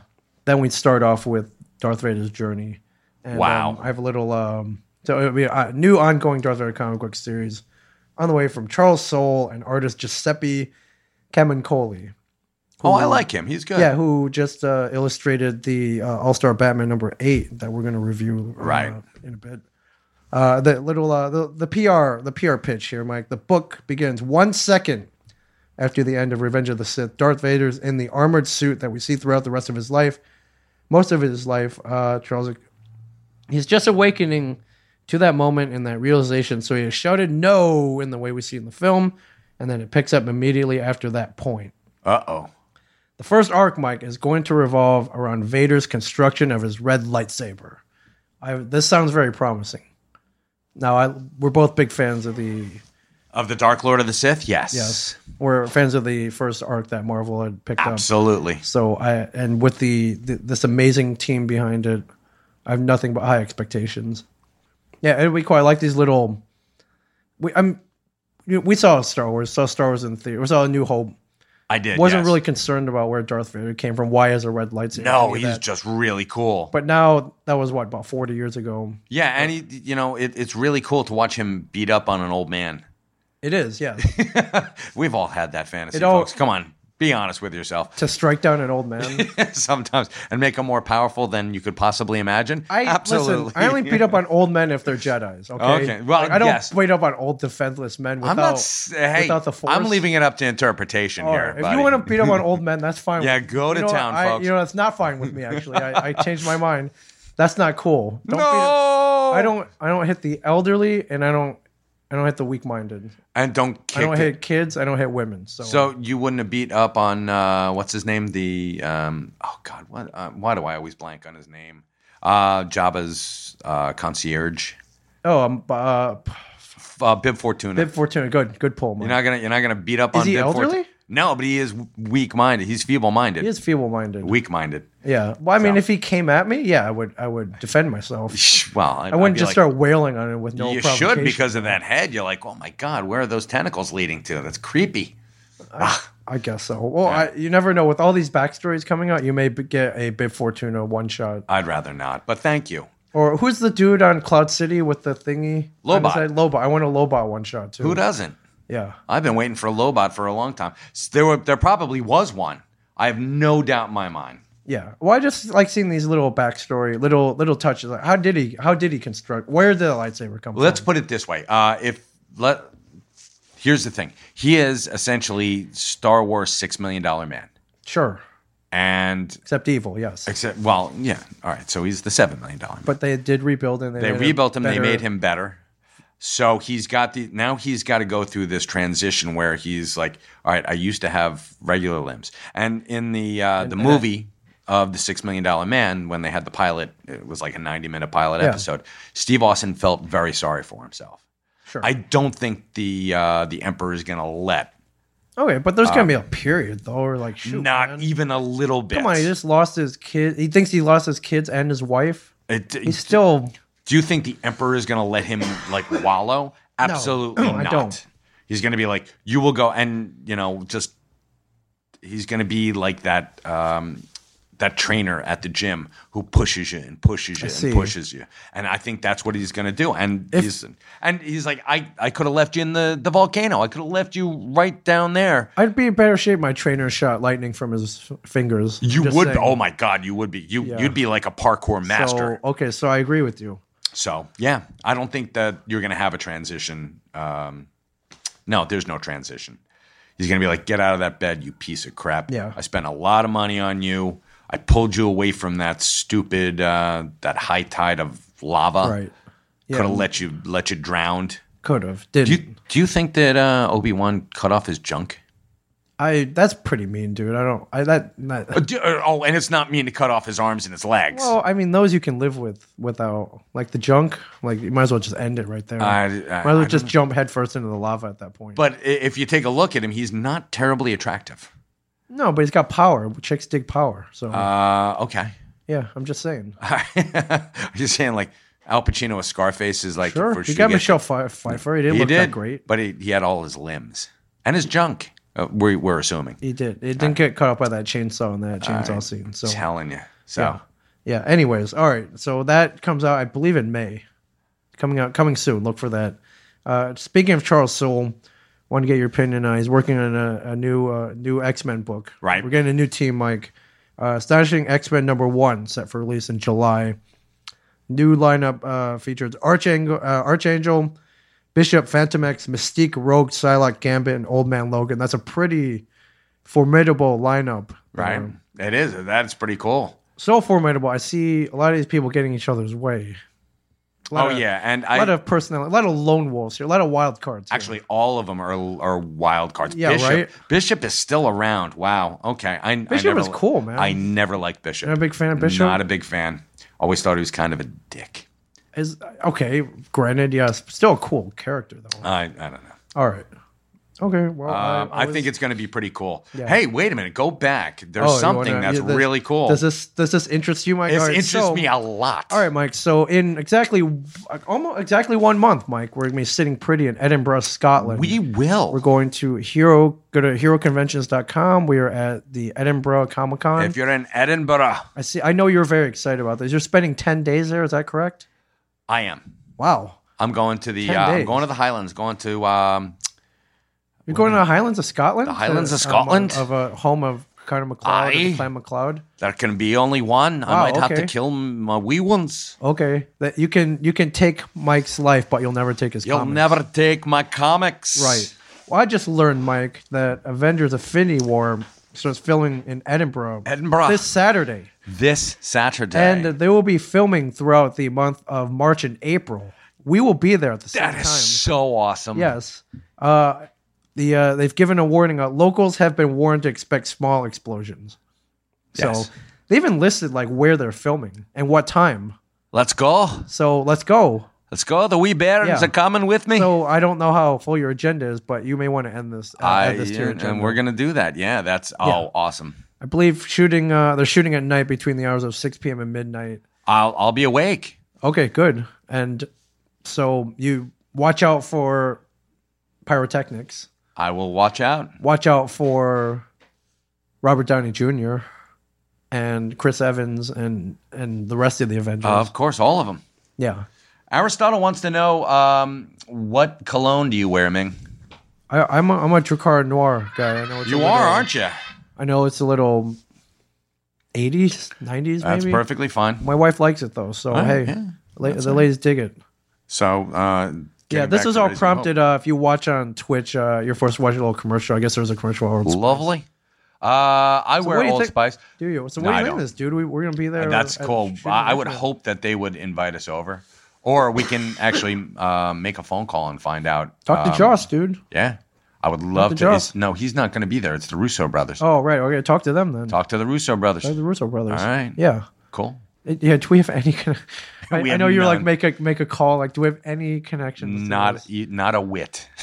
Speaker 1: Then we start off with Darth Vader's journey. And,
Speaker 2: Wow.
Speaker 1: um, I have a little, um, so it'll be a new ongoing Darth Vader comic book series on the way from Charles Soule and artist Giuseppe Camincoli.
Speaker 2: Oh, I like him. He's good.
Speaker 1: Yeah, who just uh, illustrated the uh, All Star Batman number eight that we're going to review uh,
Speaker 2: Right.
Speaker 1: in a bit. Uh, the little uh, the the PR the PR pitch here, Mike. The book begins one second after the end of Revenge of the Sith. Darth Vader's in the armored suit that we see throughout the rest of his life, most of his life. Uh, Charles, he's just awakening to that moment and that realization. So he has shouted no in the way we see in the film, and then it picks up immediately after that point.
Speaker 2: Uh oh.
Speaker 1: The first arc, Mike, is going to revolve around Vader's construction of his red lightsaber. I, this sounds very promising. Now, I, we're both big fans of the
Speaker 2: Of the Dark Lord of the Sith. Yes.
Speaker 1: yes, we're fans of the first arc that Marvel had picked up.
Speaker 2: Absolutely.
Speaker 1: So I and with the, th this amazing team behind it, I have nothing but high expectations. Yeah, it'd be cool. I like these little. We I'm, you know, we saw Star Wars, saw Star Wars in theater, we saw A New Hope.
Speaker 2: I did.
Speaker 1: Wasn't
Speaker 2: yes.
Speaker 1: really concerned about where Darth Vader came from. Why is a red lightsaber?
Speaker 2: No,
Speaker 1: any of
Speaker 2: he's
Speaker 1: that.
Speaker 2: just really cool.
Speaker 1: But now that was what about forty years ago.
Speaker 2: yeah, and he, you know, it, it's really cool to watch him beat up on an old man.
Speaker 1: It is, yeah.
Speaker 2: We've all had that fantasy,
Speaker 1: It all-
Speaker 2: folks. Come on, be honest with yourself
Speaker 1: to strike down an old man.
Speaker 2: sometimes, and make him more powerful than you could possibly imagine.
Speaker 1: I
Speaker 2: Absolutely.
Speaker 1: Listen, I only beat up on old men if they're Jedi's. Okay.
Speaker 2: Okay, well,
Speaker 1: Like, I don't
Speaker 2: yes.
Speaker 1: beat up on old defenseless men without.
Speaker 2: I'm not. s- Hey,
Speaker 1: without the force.
Speaker 2: I'm leaving it up to interpretation
Speaker 1: All
Speaker 2: here.
Speaker 1: right, If
Speaker 2: buddy.
Speaker 1: you want to beat up on old men, that's fine.
Speaker 2: Yeah,
Speaker 1: with-
Speaker 2: go to
Speaker 1: you know,
Speaker 2: town,
Speaker 1: I,
Speaker 2: folks.
Speaker 1: You know, that's not fine with me. Actually, I, I changed my mind. That's not cool. Don't beat up-
Speaker 2: no,
Speaker 1: I don't. I don't hit the elderly, and I don't. I don't hit the weak-minded.
Speaker 2: and don't kick.
Speaker 1: I don't
Speaker 2: the-
Speaker 1: hit kids. I don't hit women. So,
Speaker 2: So you wouldn't have beat up on uh, what's his name? The um, oh god, what? Uh, why do I always blank on his name? Uh, Jabba's uh, concierge.
Speaker 1: oh, I'm. um, Uh,
Speaker 2: F- Uh, Bib Fortuna.
Speaker 1: Bib Fortuna, good, good pull, man.
Speaker 2: You're not gonna you're not gonna beat up
Speaker 1: Is
Speaker 2: on
Speaker 1: he
Speaker 2: Bib
Speaker 1: elderly?
Speaker 2: Fortuna. No, but he is weak minded. He's feeble minded.
Speaker 1: he is feeble-minded.
Speaker 2: Weak minded.
Speaker 1: yeah. Well, I mean,
Speaker 2: So-
Speaker 1: if he came at me, yeah, I would, I would defend myself.
Speaker 2: Well, I,
Speaker 1: I wouldn't just start wailing on him with no.
Speaker 2: You should
Speaker 1: provocation.
Speaker 2: because of that head. You're like, oh my god, where are those tentacles leading to? That's creepy.
Speaker 1: I guess so. Well, I, you never know. With all these backstories coming out, you may b- get a Bib Fortuna one shot.
Speaker 2: I'd rather not. But thank you.
Speaker 1: Or who's the dude on Cloud City with the thingy? on his
Speaker 2: Lobot.
Speaker 1: head? Lobot. I want a Lobot one shot too.
Speaker 2: Who doesn't?
Speaker 1: yeah.
Speaker 2: I've been waiting for a Lobot for a long time. S- There were there probably was one. I have no doubt in my mind.
Speaker 1: Yeah. Well, I just like seeing these little backstory, little little touches. Like, how did he? How did he construct? Where did the lightsaber come
Speaker 2: Let's
Speaker 1: from?
Speaker 2: put it this way. Uh, if let here's the thing. He is essentially Star Wars six million dollar man.
Speaker 1: Sure.
Speaker 2: And
Speaker 1: Except evil. Yes.
Speaker 2: except well, yeah. All right. So he's the seven million dollar man.
Speaker 1: but they did rebuild and they
Speaker 2: They
Speaker 1: made a
Speaker 2: rebuilt him. They
Speaker 1: better-
Speaker 2: made him better. So he's got the now he's got to go through this transition where he's like, all right, I used to have regular limbs, and in the uh, the movie of the Six Million Dollar Man, when they had the pilot, it was like a ninety minute pilot
Speaker 1: Yeah.
Speaker 2: episode. Steve Austin felt very sorry for himself.
Speaker 1: Sure.
Speaker 2: I don't think the uh, the Emperor is going to let
Speaker 1: okay, but there's gonna be a period though, or like shoot,
Speaker 2: Um, not
Speaker 1: man.
Speaker 2: even a little bit.
Speaker 1: Come on, he just lost his kid. He thinks he lost his kids and his wife.
Speaker 2: It-
Speaker 1: He's still
Speaker 2: Do you think the emperor is going to let him like wallow? Absolutely
Speaker 1: I
Speaker 2: not.
Speaker 1: don't.
Speaker 2: He's going to be like, you will go, and you know, just he's going to be like that um, that trainer at the gym who pushes you and pushes you
Speaker 1: see.
Speaker 2: and pushes you. And I think that's what he's going to do. And he's and he's like, I I could have left you in the the volcano. I could have left you right down there.
Speaker 1: I'd be in better shape. if My trainer shot lightning from his f- fingers.
Speaker 2: You
Speaker 1: Just
Speaker 2: would.
Speaker 1: saying.
Speaker 2: Oh my God, you would be. You
Speaker 1: Yeah.
Speaker 2: you'd be like a parkour master.
Speaker 1: So, okay, so I agree with you.
Speaker 2: So yeah, I don't think that you're going to have a transition. Um, no, there's no transition. He's going to be like, get out of that bed, you piece of crap.
Speaker 1: Yeah.
Speaker 2: I spent a lot of money on you. I pulled you away from that stupid uh, that high tide of lava.
Speaker 1: Right.
Speaker 2: Could have let you let you drowned.
Speaker 1: Could have. Did
Speaker 2: Do you do you think that uh, Obi Wan cut off his junk?
Speaker 1: I? That's pretty mean, dude. I don't. I that.
Speaker 2: Uh,
Speaker 1: that
Speaker 2: do- uh, oh, and it's not mean to cut off his arms and his legs.
Speaker 1: well, I mean, those you can live with without like the junk. Like you might as well just end it right there.
Speaker 2: I- I-
Speaker 1: might as
Speaker 2: I
Speaker 1: well
Speaker 2: don't
Speaker 1: just jump headfirst into the lava at that point.
Speaker 2: but i- if you take a look at him, he's not terribly attractive.
Speaker 1: no, but he's got power. Chicks dig power. So
Speaker 2: Uh, okay.
Speaker 1: yeah, I'm just saying.
Speaker 2: I'm just saying, like Al Pacino with Scarface is like
Speaker 1: Sure,
Speaker 2: for
Speaker 1: you
Speaker 2: sure.
Speaker 1: got
Speaker 2: get-
Speaker 1: Michelle Pfe- Pfeiffer. He didn't
Speaker 2: He
Speaker 1: look
Speaker 2: did,
Speaker 1: that great.
Speaker 2: but he, he had all his limbs and his junk. Uh, we, we're assuming.
Speaker 1: He did. It didn't get caught up by that chainsaw in that chainsaw scene. So
Speaker 2: Telling you. So
Speaker 1: yeah. yeah. Anyways, all right. So that comes out, I believe, in May. Coming out, coming soon. Look for that. Uh, speaking of Charles Soule, want to get your opinion on? He's working on a, a new uh, new X Men book.
Speaker 2: Right.
Speaker 1: We're getting a new team, Mike. Uh, Astonishing X Men number one set for release in July. New lineup uh, features Archangel, uh, Archangel, Bishop, Phantom X, Mystique, Rogue, Psylocke, Gambit, and Old Man Logan. That's a pretty formidable lineup.
Speaker 2: right,
Speaker 1: Um,
Speaker 2: it is. That's pretty cool.
Speaker 1: so formidable. I see a lot of these people getting each other's way. A lot
Speaker 2: Oh
Speaker 1: of-
Speaker 2: yeah, and
Speaker 1: A
Speaker 2: I
Speaker 1: lot of personality, a lot of lone wolves here, a lot of wild cards. here.
Speaker 2: actually all of them are are wild cards.
Speaker 1: Yeah,
Speaker 2: Bishop,
Speaker 1: right?
Speaker 2: Bishop is still around. Wow. Okay. I
Speaker 1: Bishop
Speaker 2: I never,
Speaker 1: was cool, man.
Speaker 2: I never liked Bishop.
Speaker 1: Not a big fan of Bishop?
Speaker 2: Not a big fan. Always thought he was kind of a dick.
Speaker 1: is okay. Granted, yes, still a cool character though.
Speaker 2: I I don't know.
Speaker 1: All right. Okay. Well,
Speaker 2: Um, I,
Speaker 1: was-
Speaker 2: think it's going to be pretty cool.
Speaker 1: Yeah.
Speaker 2: Hey, wait a minute, go back. There's
Speaker 1: Oh, you
Speaker 2: something
Speaker 1: wanna-
Speaker 2: that's
Speaker 1: yeah, this-
Speaker 2: really cool.
Speaker 1: Does this does this interest you, Mike?
Speaker 2: it
Speaker 1: All right,
Speaker 2: interests
Speaker 1: so-
Speaker 2: me a lot.
Speaker 1: All right, Mike. So in exactly almost exactly one month, Mike, we're gonna be sitting pretty in Edinburgh, Scotland.
Speaker 2: we will.
Speaker 1: we're going to hero go to heroconventions.com. We are at the Edinburgh Comic Con.
Speaker 2: if you're in Edinburgh,
Speaker 1: I see. I know you're very excited about this. You're spending ten days there. Is that correct?
Speaker 2: I am.
Speaker 1: Wow.
Speaker 2: I'm going to the.
Speaker 1: 10
Speaker 2: Uh, I'm
Speaker 1: days.
Speaker 2: going to the Highlands. Going to. Um,
Speaker 1: You're going to the Highlands of Scotland.
Speaker 2: The Highlands of
Speaker 1: To-
Speaker 2: Scotland?
Speaker 1: um, of a home of Connor McLeod,
Speaker 2: Aye.
Speaker 1: and Clan McLeod.
Speaker 2: there can be only one. I
Speaker 1: Wow,
Speaker 2: might have to
Speaker 1: okay.
Speaker 2: kill my wee ones.
Speaker 1: Okay, that you can you can take Mike's life, but you'll never take his.
Speaker 2: You'll
Speaker 1: comics.
Speaker 2: never take my comics.
Speaker 1: Right. Well, I just learned, Mike, that Avengers: Affinity War starts filming in Edinburgh
Speaker 2: Edinburgh.
Speaker 1: this Saturday,
Speaker 2: This Saturday.
Speaker 1: and they will be filming throughout the month of March and April. We will be there at the same
Speaker 2: that
Speaker 1: time.
Speaker 2: is so awesome.
Speaker 1: Yes. Uh, the uh, they've given a warning. Uh, locals have been warned to expect small explosions. So
Speaker 2: Yes.
Speaker 1: they even listed like where they're filming and what time.
Speaker 2: Let's go.
Speaker 1: So let's go.
Speaker 2: Let's go. The wee barons
Speaker 1: Yeah.
Speaker 2: are coming with me.
Speaker 1: So I don't know how full your agenda is, but you may want to end this. Uh,
Speaker 2: I-
Speaker 1: add this to your
Speaker 2: and- and
Speaker 1: agenda.
Speaker 2: we're gonna do that. Yeah, that's oh awesome.
Speaker 1: I believe shooting. Uh, they're shooting at night between the hours of 6 p.m. and midnight.
Speaker 2: I'll I'll be awake.
Speaker 1: Okay, good. And so you watch out for pyrotechnics.
Speaker 2: I will watch out.
Speaker 1: Watch out for Robert Downey Jr. and Chris Evans and and the rest of the Avengers.
Speaker 2: of course, all of them.
Speaker 1: yeah,
Speaker 2: Aristotle wants to know um, what cologne do you wear, Ming?
Speaker 1: I, I'm a, I'm a Dracar Noir guy. I know it's a
Speaker 2: You
Speaker 1: little-
Speaker 2: are, aren't you?
Speaker 1: I know it's a little 80s, 90s.
Speaker 2: That's
Speaker 1: maybe.
Speaker 2: perfectly fine.
Speaker 1: My wife likes it though, so hey,
Speaker 2: right, yeah.
Speaker 1: la- the ladies dig it.
Speaker 2: So, uh,
Speaker 1: Yeah,
Speaker 2: getting back
Speaker 1: this is
Speaker 2: to
Speaker 1: all
Speaker 2: Raising Hope.
Speaker 1: prompted. Uh, if you watch on Twitch, uh, you're forced to watch a little commercial. I guess there's a commercial. where it's-
Speaker 2: Lovely. Uh, I
Speaker 1: what
Speaker 2: wear
Speaker 1: do you
Speaker 2: Old
Speaker 1: think- uh,
Speaker 2: Spice.
Speaker 1: Do you? So
Speaker 2: No,
Speaker 1: what do
Speaker 2: I
Speaker 1: you think of
Speaker 2: don't.
Speaker 1: this, dude? We, we're gonna be there.
Speaker 2: That's
Speaker 1: at-
Speaker 2: cool.
Speaker 1: shooting
Speaker 2: I, I
Speaker 1: this
Speaker 2: would
Speaker 1: with-
Speaker 2: hope that they would invite us over, or we can actually uh, make a phone call and find out.
Speaker 1: Talk to
Speaker 2: um,
Speaker 1: Joss, dude.
Speaker 2: Yeah, I would love
Speaker 1: to
Speaker 2: to.
Speaker 1: Joss.
Speaker 2: it's- no, he's not going to be there. It's the Russo brothers.
Speaker 1: Oh right, okay. Talk to them then.
Speaker 2: Talk to the Russo brothers.
Speaker 1: They're Oh, the Russo brothers.
Speaker 2: All right.
Speaker 1: Yeah.
Speaker 2: Cool.
Speaker 1: It- yeah. Do we have any? Con- I,
Speaker 2: We
Speaker 1: I
Speaker 2: have
Speaker 1: know you're like
Speaker 2: none.
Speaker 1: make a make a call. Like, do we have any connections? to
Speaker 2: Not
Speaker 1: this?
Speaker 2: e- not a whit.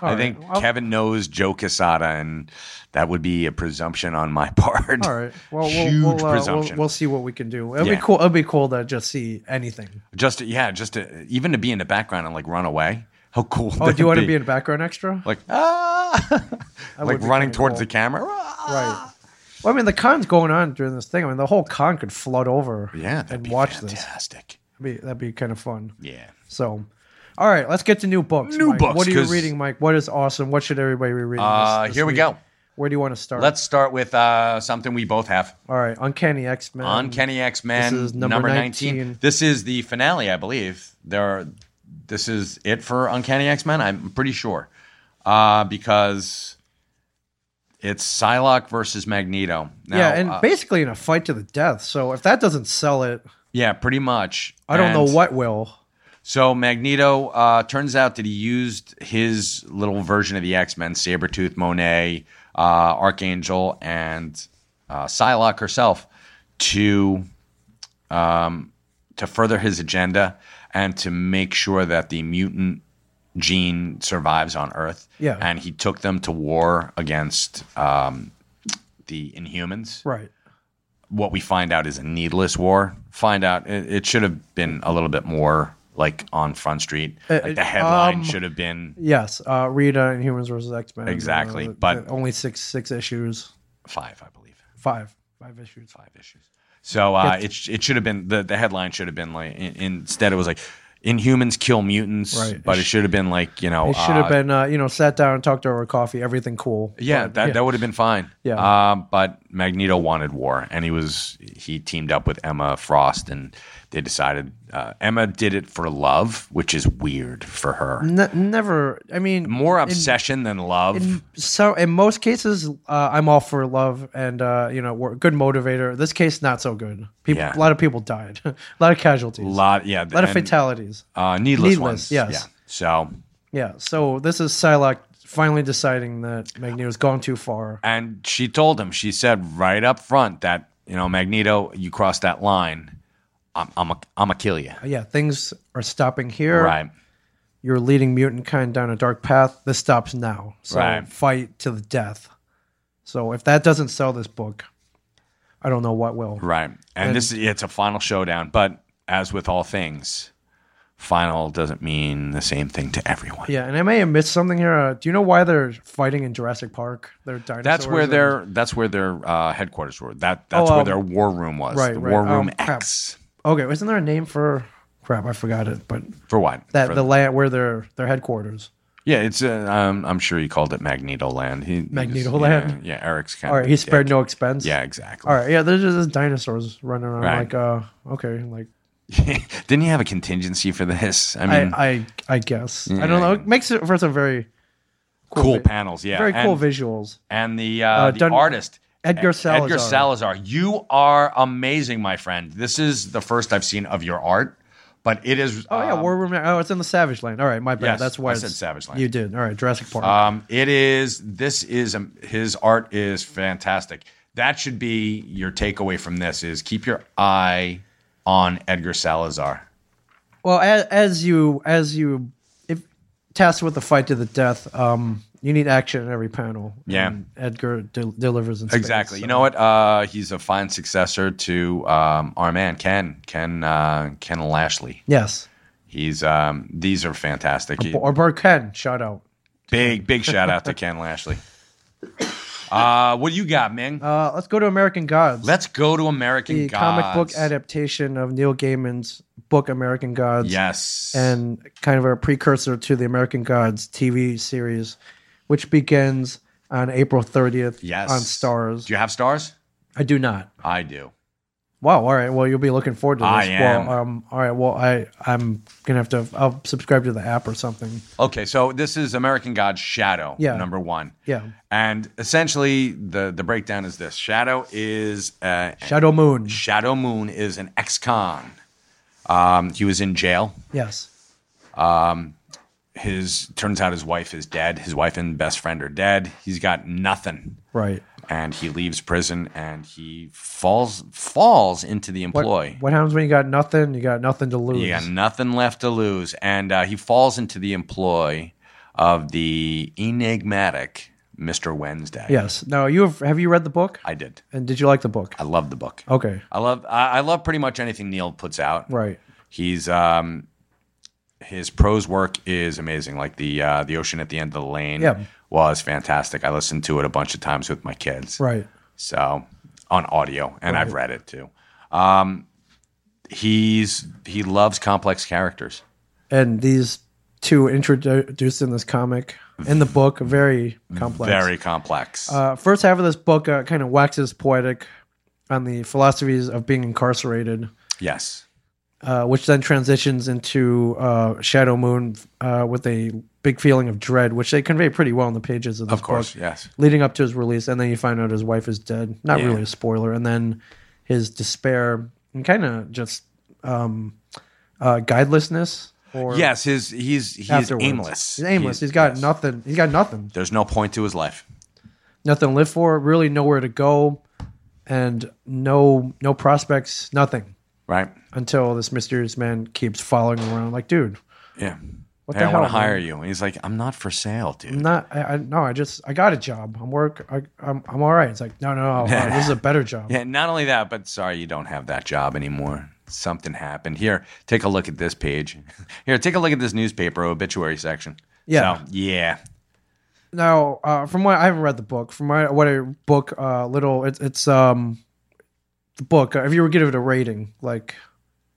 Speaker 2: I
Speaker 1: right.
Speaker 2: think
Speaker 1: Well-
Speaker 2: Kevin knows Joe Casada, and that would be a presumption on my part.
Speaker 1: All right. Well, we'll,
Speaker 2: Huge
Speaker 1: we'll, uh, we'll,
Speaker 2: presumption.
Speaker 1: we'll see what we can do. It'll
Speaker 2: Yeah.
Speaker 1: be cool. It'll be cool to just see anything.
Speaker 2: Just to, yeah, just to, even to be in the background and like run away. How cool! would
Speaker 1: Oh,
Speaker 2: that
Speaker 1: do you want to be
Speaker 2: be
Speaker 1: in background extra?
Speaker 2: like ah,
Speaker 1: would
Speaker 2: like
Speaker 1: be
Speaker 2: running
Speaker 1: kinda
Speaker 2: towards
Speaker 1: cool.
Speaker 2: the camera? Ah!
Speaker 1: Right. Well, I mean, the con's going on during this thing. I mean, the whole con could flood over.
Speaker 2: Yeah, that'd
Speaker 1: and
Speaker 2: be
Speaker 1: watch this.
Speaker 2: fantastic.
Speaker 1: That'd be, that'd be kind of fun.
Speaker 2: Yeah.
Speaker 1: So, all right, let's get to new books.
Speaker 2: New
Speaker 1: Mike.
Speaker 2: books,
Speaker 1: What are you
Speaker 2: 'cause-
Speaker 1: reading, Mike? What is awesome? What should everybody be reading?
Speaker 2: Uh,
Speaker 1: this- this
Speaker 2: here we
Speaker 1: week?
Speaker 2: go.
Speaker 1: Where do you want to start?
Speaker 2: Let's start with uh, something we both have.
Speaker 1: all right, Uncanny X Men.
Speaker 2: Uncanny X
Speaker 1: Um,
Speaker 2: Men
Speaker 1: This is number
Speaker 2: number, 19.
Speaker 1: 19.
Speaker 2: This is the finale, I believe. There, are, this is it for Uncanny X Men. I'm pretty sure uh, because it's Psylocke versus Magneto. Now,
Speaker 1: yeah, and
Speaker 2: uh,
Speaker 1: basically in a fight to the death. So if that doesn't sell it,
Speaker 2: yeah, pretty much.
Speaker 1: I don't
Speaker 2: And
Speaker 1: know what will.
Speaker 2: So Magneto uh, turns out that he used his little version of the X Men: Sabretooth, Monet, uh, Archangel, and uh, Psylocke herself to um, to further his agenda and to make sure that the mutant gene survives on Earth.
Speaker 1: Yeah.
Speaker 2: and he took them to war against um, the Inhumans
Speaker 1: Right.
Speaker 2: what we find out is a needless war. Find out it, it should have been a little bit more like on Front Street. Like the headline
Speaker 1: Uh, um,
Speaker 2: should have been
Speaker 1: Yes. Uh, Rita and Humans versus X Men.
Speaker 2: Exactly, but-
Speaker 1: only six six issues.
Speaker 2: five, I believe,
Speaker 1: Five. Five issues.
Speaker 2: five issues. So uh, it sh- it should have been the the headline should have been like in, instead it was like Inhumans kill mutants,
Speaker 1: Right.
Speaker 2: but
Speaker 1: It
Speaker 2: it should have been like you know
Speaker 1: It should have
Speaker 2: uh,
Speaker 1: been, uh, you know, sat down, talked over coffee, everything cool.
Speaker 2: Yeah,
Speaker 1: But,
Speaker 2: that, that would have been fine.
Speaker 1: Yeah.
Speaker 2: Um, but Magneto wanted war, and he was he teamed up with Emma Frost, and they decided uh, Emma did it for love, which is weird for her.
Speaker 1: Ne- never. I mean,
Speaker 2: More
Speaker 1: in-
Speaker 2: obsession than love.
Speaker 1: in- so in most cases, uh, I'm all for love and uh, you know, we're a good motivator. This case, not so good. People,
Speaker 2: Yeah.
Speaker 1: a lot of people died, a lot of casualties,
Speaker 2: lot, yeah,
Speaker 1: a lot of
Speaker 2: and,
Speaker 1: fatalities.
Speaker 2: uh, needless,
Speaker 1: Needless,
Speaker 2: ones.
Speaker 1: yes.
Speaker 2: Yeah. So
Speaker 1: Yeah. So this is Psylocke finally deciding that Magneto's gone too far.
Speaker 2: and she told him, she said right up front that you know Magneto, you cross that line, I'm I'm a, I'm a kill you.
Speaker 1: Uh, Yeah, things are stopping here.
Speaker 2: Right.
Speaker 1: You're leading mutant kind down a dark path. This stops now. So
Speaker 2: Right.
Speaker 1: fight to the death. So if that doesn't sell this book, I don't know what will.
Speaker 2: Right. And, this is it's a final showdown, but as with all things, final doesn't mean the same thing to everyone.
Speaker 1: Yeah, and I may have missed something here. Uh, do you know why they're fighting in Jurassic Park? They're dinosaurs.
Speaker 2: That's where
Speaker 1: and-
Speaker 2: their that's where their uh, headquarters were. That that's
Speaker 1: Oh,
Speaker 2: where
Speaker 1: um,
Speaker 2: their war room was.
Speaker 1: right,
Speaker 2: the
Speaker 1: right.
Speaker 2: war room
Speaker 1: Um, crap.
Speaker 2: X.
Speaker 1: Okay, isn't there a name for crap? I forgot it, but
Speaker 2: For what?
Speaker 1: that
Speaker 2: For-
Speaker 1: the land where their their headquarters.
Speaker 2: yeah, it's uh, um, I'm sure he called it Magneto Land. He, he just-
Speaker 1: Magnetoland?
Speaker 2: Yeah, yeah, Eric's kind
Speaker 1: All
Speaker 2: of
Speaker 1: right,
Speaker 2: a
Speaker 1: he
Speaker 2: dick.
Speaker 1: spared no expense.
Speaker 2: Yeah, exactly.
Speaker 1: All right, yeah, there's just dinosaurs running around.
Speaker 2: Right.
Speaker 1: Like, uh, okay, like
Speaker 2: Didn't he have a contingency for this? I mean,
Speaker 1: I, uh, I, I guess I don't know. It makes it for some very
Speaker 2: cool,
Speaker 1: vi-
Speaker 2: panels, yeah,
Speaker 1: very
Speaker 2: and,
Speaker 1: cool visuals.
Speaker 2: and the, uh, the
Speaker 1: Dun-
Speaker 2: artist
Speaker 1: Edgar
Speaker 2: Ed-
Speaker 1: Salazar.
Speaker 2: Edgar Salazar, you are amazing, my friend. This is the first I've seen of your art, but it is.
Speaker 1: Oh yeah,
Speaker 2: um,
Speaker 1: War Room. Oh, it's in the Savage Land. All right, my bad.
Speaker 2: Yes,
Speaker 1: That's why
Speaker 2: I
Speaker 1: it's-
Speaker 2: said Savage Land.
Speaker 1: You did. All right, Jurassic Park.
Speaker 2: um, it is. This is um, his art is fantastic. That should be your takeaway from this: is keep your eye on Edgar Salazar.
Speaker 1: Well, as, as you as you if tasked with the fight to the death, um, you need action at every panel.
Speaker 2: Yeah.
Speaker 1: and Edgar del- delivers in space,
Speaker 2: Exactly. You
Speaker 1: so-
Speaker 2: know what? Uh, he's a fine successor to um, our man Ken Ken uh, Ken Lashley.
Speaker 1: Yes,
Speaker 2: He's um, these are fantastic. He-
Speaker 1: or Barken, shout out.
Speaker 2: big big shout out to Ken Lashley. Uh, what do you got, Ming?
Speaker 1: Uh, let's go to American Gods,
Speaker 2: Let's go to American
Speaker 1: the
Speaker 2: Gods.
Speaker 1: comic book adaptation of Neil Gaiman's book American Gods.
Speaker 2: Yes.
Speaker 1: and kind of a precursor to the American Gods TV series, which begins on April 30th
Speaker 2: yes
Speaker 1: on Stars.
Speaker 2: Do you have stars?
Speaker 1: I do not.
Speaker 2: I do.
Speaker 1: Wow. All right. Well, you'll be looking forward to this.
Speaker 2: I am.
Speaker 1: Well, um, all right. Well, I I'm gonna have to. I'll subscribe to the app or something.
Speaker 2: Okay, so this is American God's Shadow,
Speaker 1: Yeah.
Speaker 2: number one.
Speaker 1: Yeah.
Speaker 2: And essentially, the, the breakdown is this Shadow is uh,
Speaker 1: Shadow Moon.
Speaker 2: Shadow Moon is an ex con. Um, he was in jail.
Speaker 1: Yes.
Speaker 2: His turns out his wife is dead. His wife and best friend are dead. He's got nothing,
Speaker 1: Right.
Speaker 2: and he leaves prison and he falls falls into the
Speaker 1: What,
Speaker 2: employ.
Speaker 1: what happens when you got nothing? You got nothing to lose.
Speaker 2: You got nothing left to lose. And uh, he falls into the employ of the enigmatic Mr. Wednesday.
Speaker 1: Yes. Now you have, have you read the book?
Speaker 2: I did.
Speaker 1: And did you like the book?
Speaker 2: I love the book.
Speaker 1: Okay.
Speaker 2: I love I, I love pretty much anything Neil puts out.
Speaker 1: Right.
Speaker 2: He's um his prose work is amazing. Like the uh, the ocean at the end of the lane
Speaker 1: Yeah.
Speaker 2: was fantastic. I listened to it a bunch of times with my kids.
Speaker 1: Right.
Speaker 2: So on audio, and I've read it too. Um, he's he loves complex characters.
Speaker 1: and these two introduced in this comic in the book are very complex.
Speaker 2: Very complex.
Speaker 1: Uh, first half of this book uh, kind of waxes poetic on the philosophies of being incarcerated,
Speaker 2: yes.
Speaker 1: uh, which then transitions into uh, Shadow Moon uh, with a big feeling of dread, which they convey pretty well in the pages of this
Speaker 2: Of course,
Speaker 1: book,
Speaker 2: yes.
Speaker 1: leading up to his release. And then you find out his wife is dead. Not
Speaker 2: Yeah.
Speaker 1: really a spoiler. And then his despair and kind of just um, uh, guidelessness. Or
Speaker 2: Yes, his he's he's
Speaker 1: afterwards.
Speaker 2: aimless.
Speaker 1: He's aimless. he's got
Speaker 2: yes.
Speaker 1: nothing. He's got nothing.
Speaker 2: There's no point to his life.
Speaker 1: Nothing to live for. Really, nowhere to go, and no no prospects. Nothing
Speaker 2: Right?
Speaker 1: until this mysterious man keeps following him around. Like, dude,
Speaker 2: Yeah.
Speaker 1: What
Speaker 2: hey,
Speaker 1: the
Speaker 2: I want to
Speaker 1: hell, man?
Speaker 2: hire you. And he's like, I'm not for sale, dude.
Speaker 1: I'm not. I, I no. I just I got a job. I'm work. I, I'm I'm all right. It's like no no. no uh, this is a better job.
Speaker 2: Yeah, not only that, but sorry you don't have that job anymore. Something happened. Here, take a look at this page. Here, take a look at this newspaper obituary section.
Speaker 1: Yeah.
Speaker 2: So, yeah.
Speaker 1: Now, uh, from what I haven't read the book, from my what a book, uh, little it's it's um, the book. uh, If you were to give it a rating, like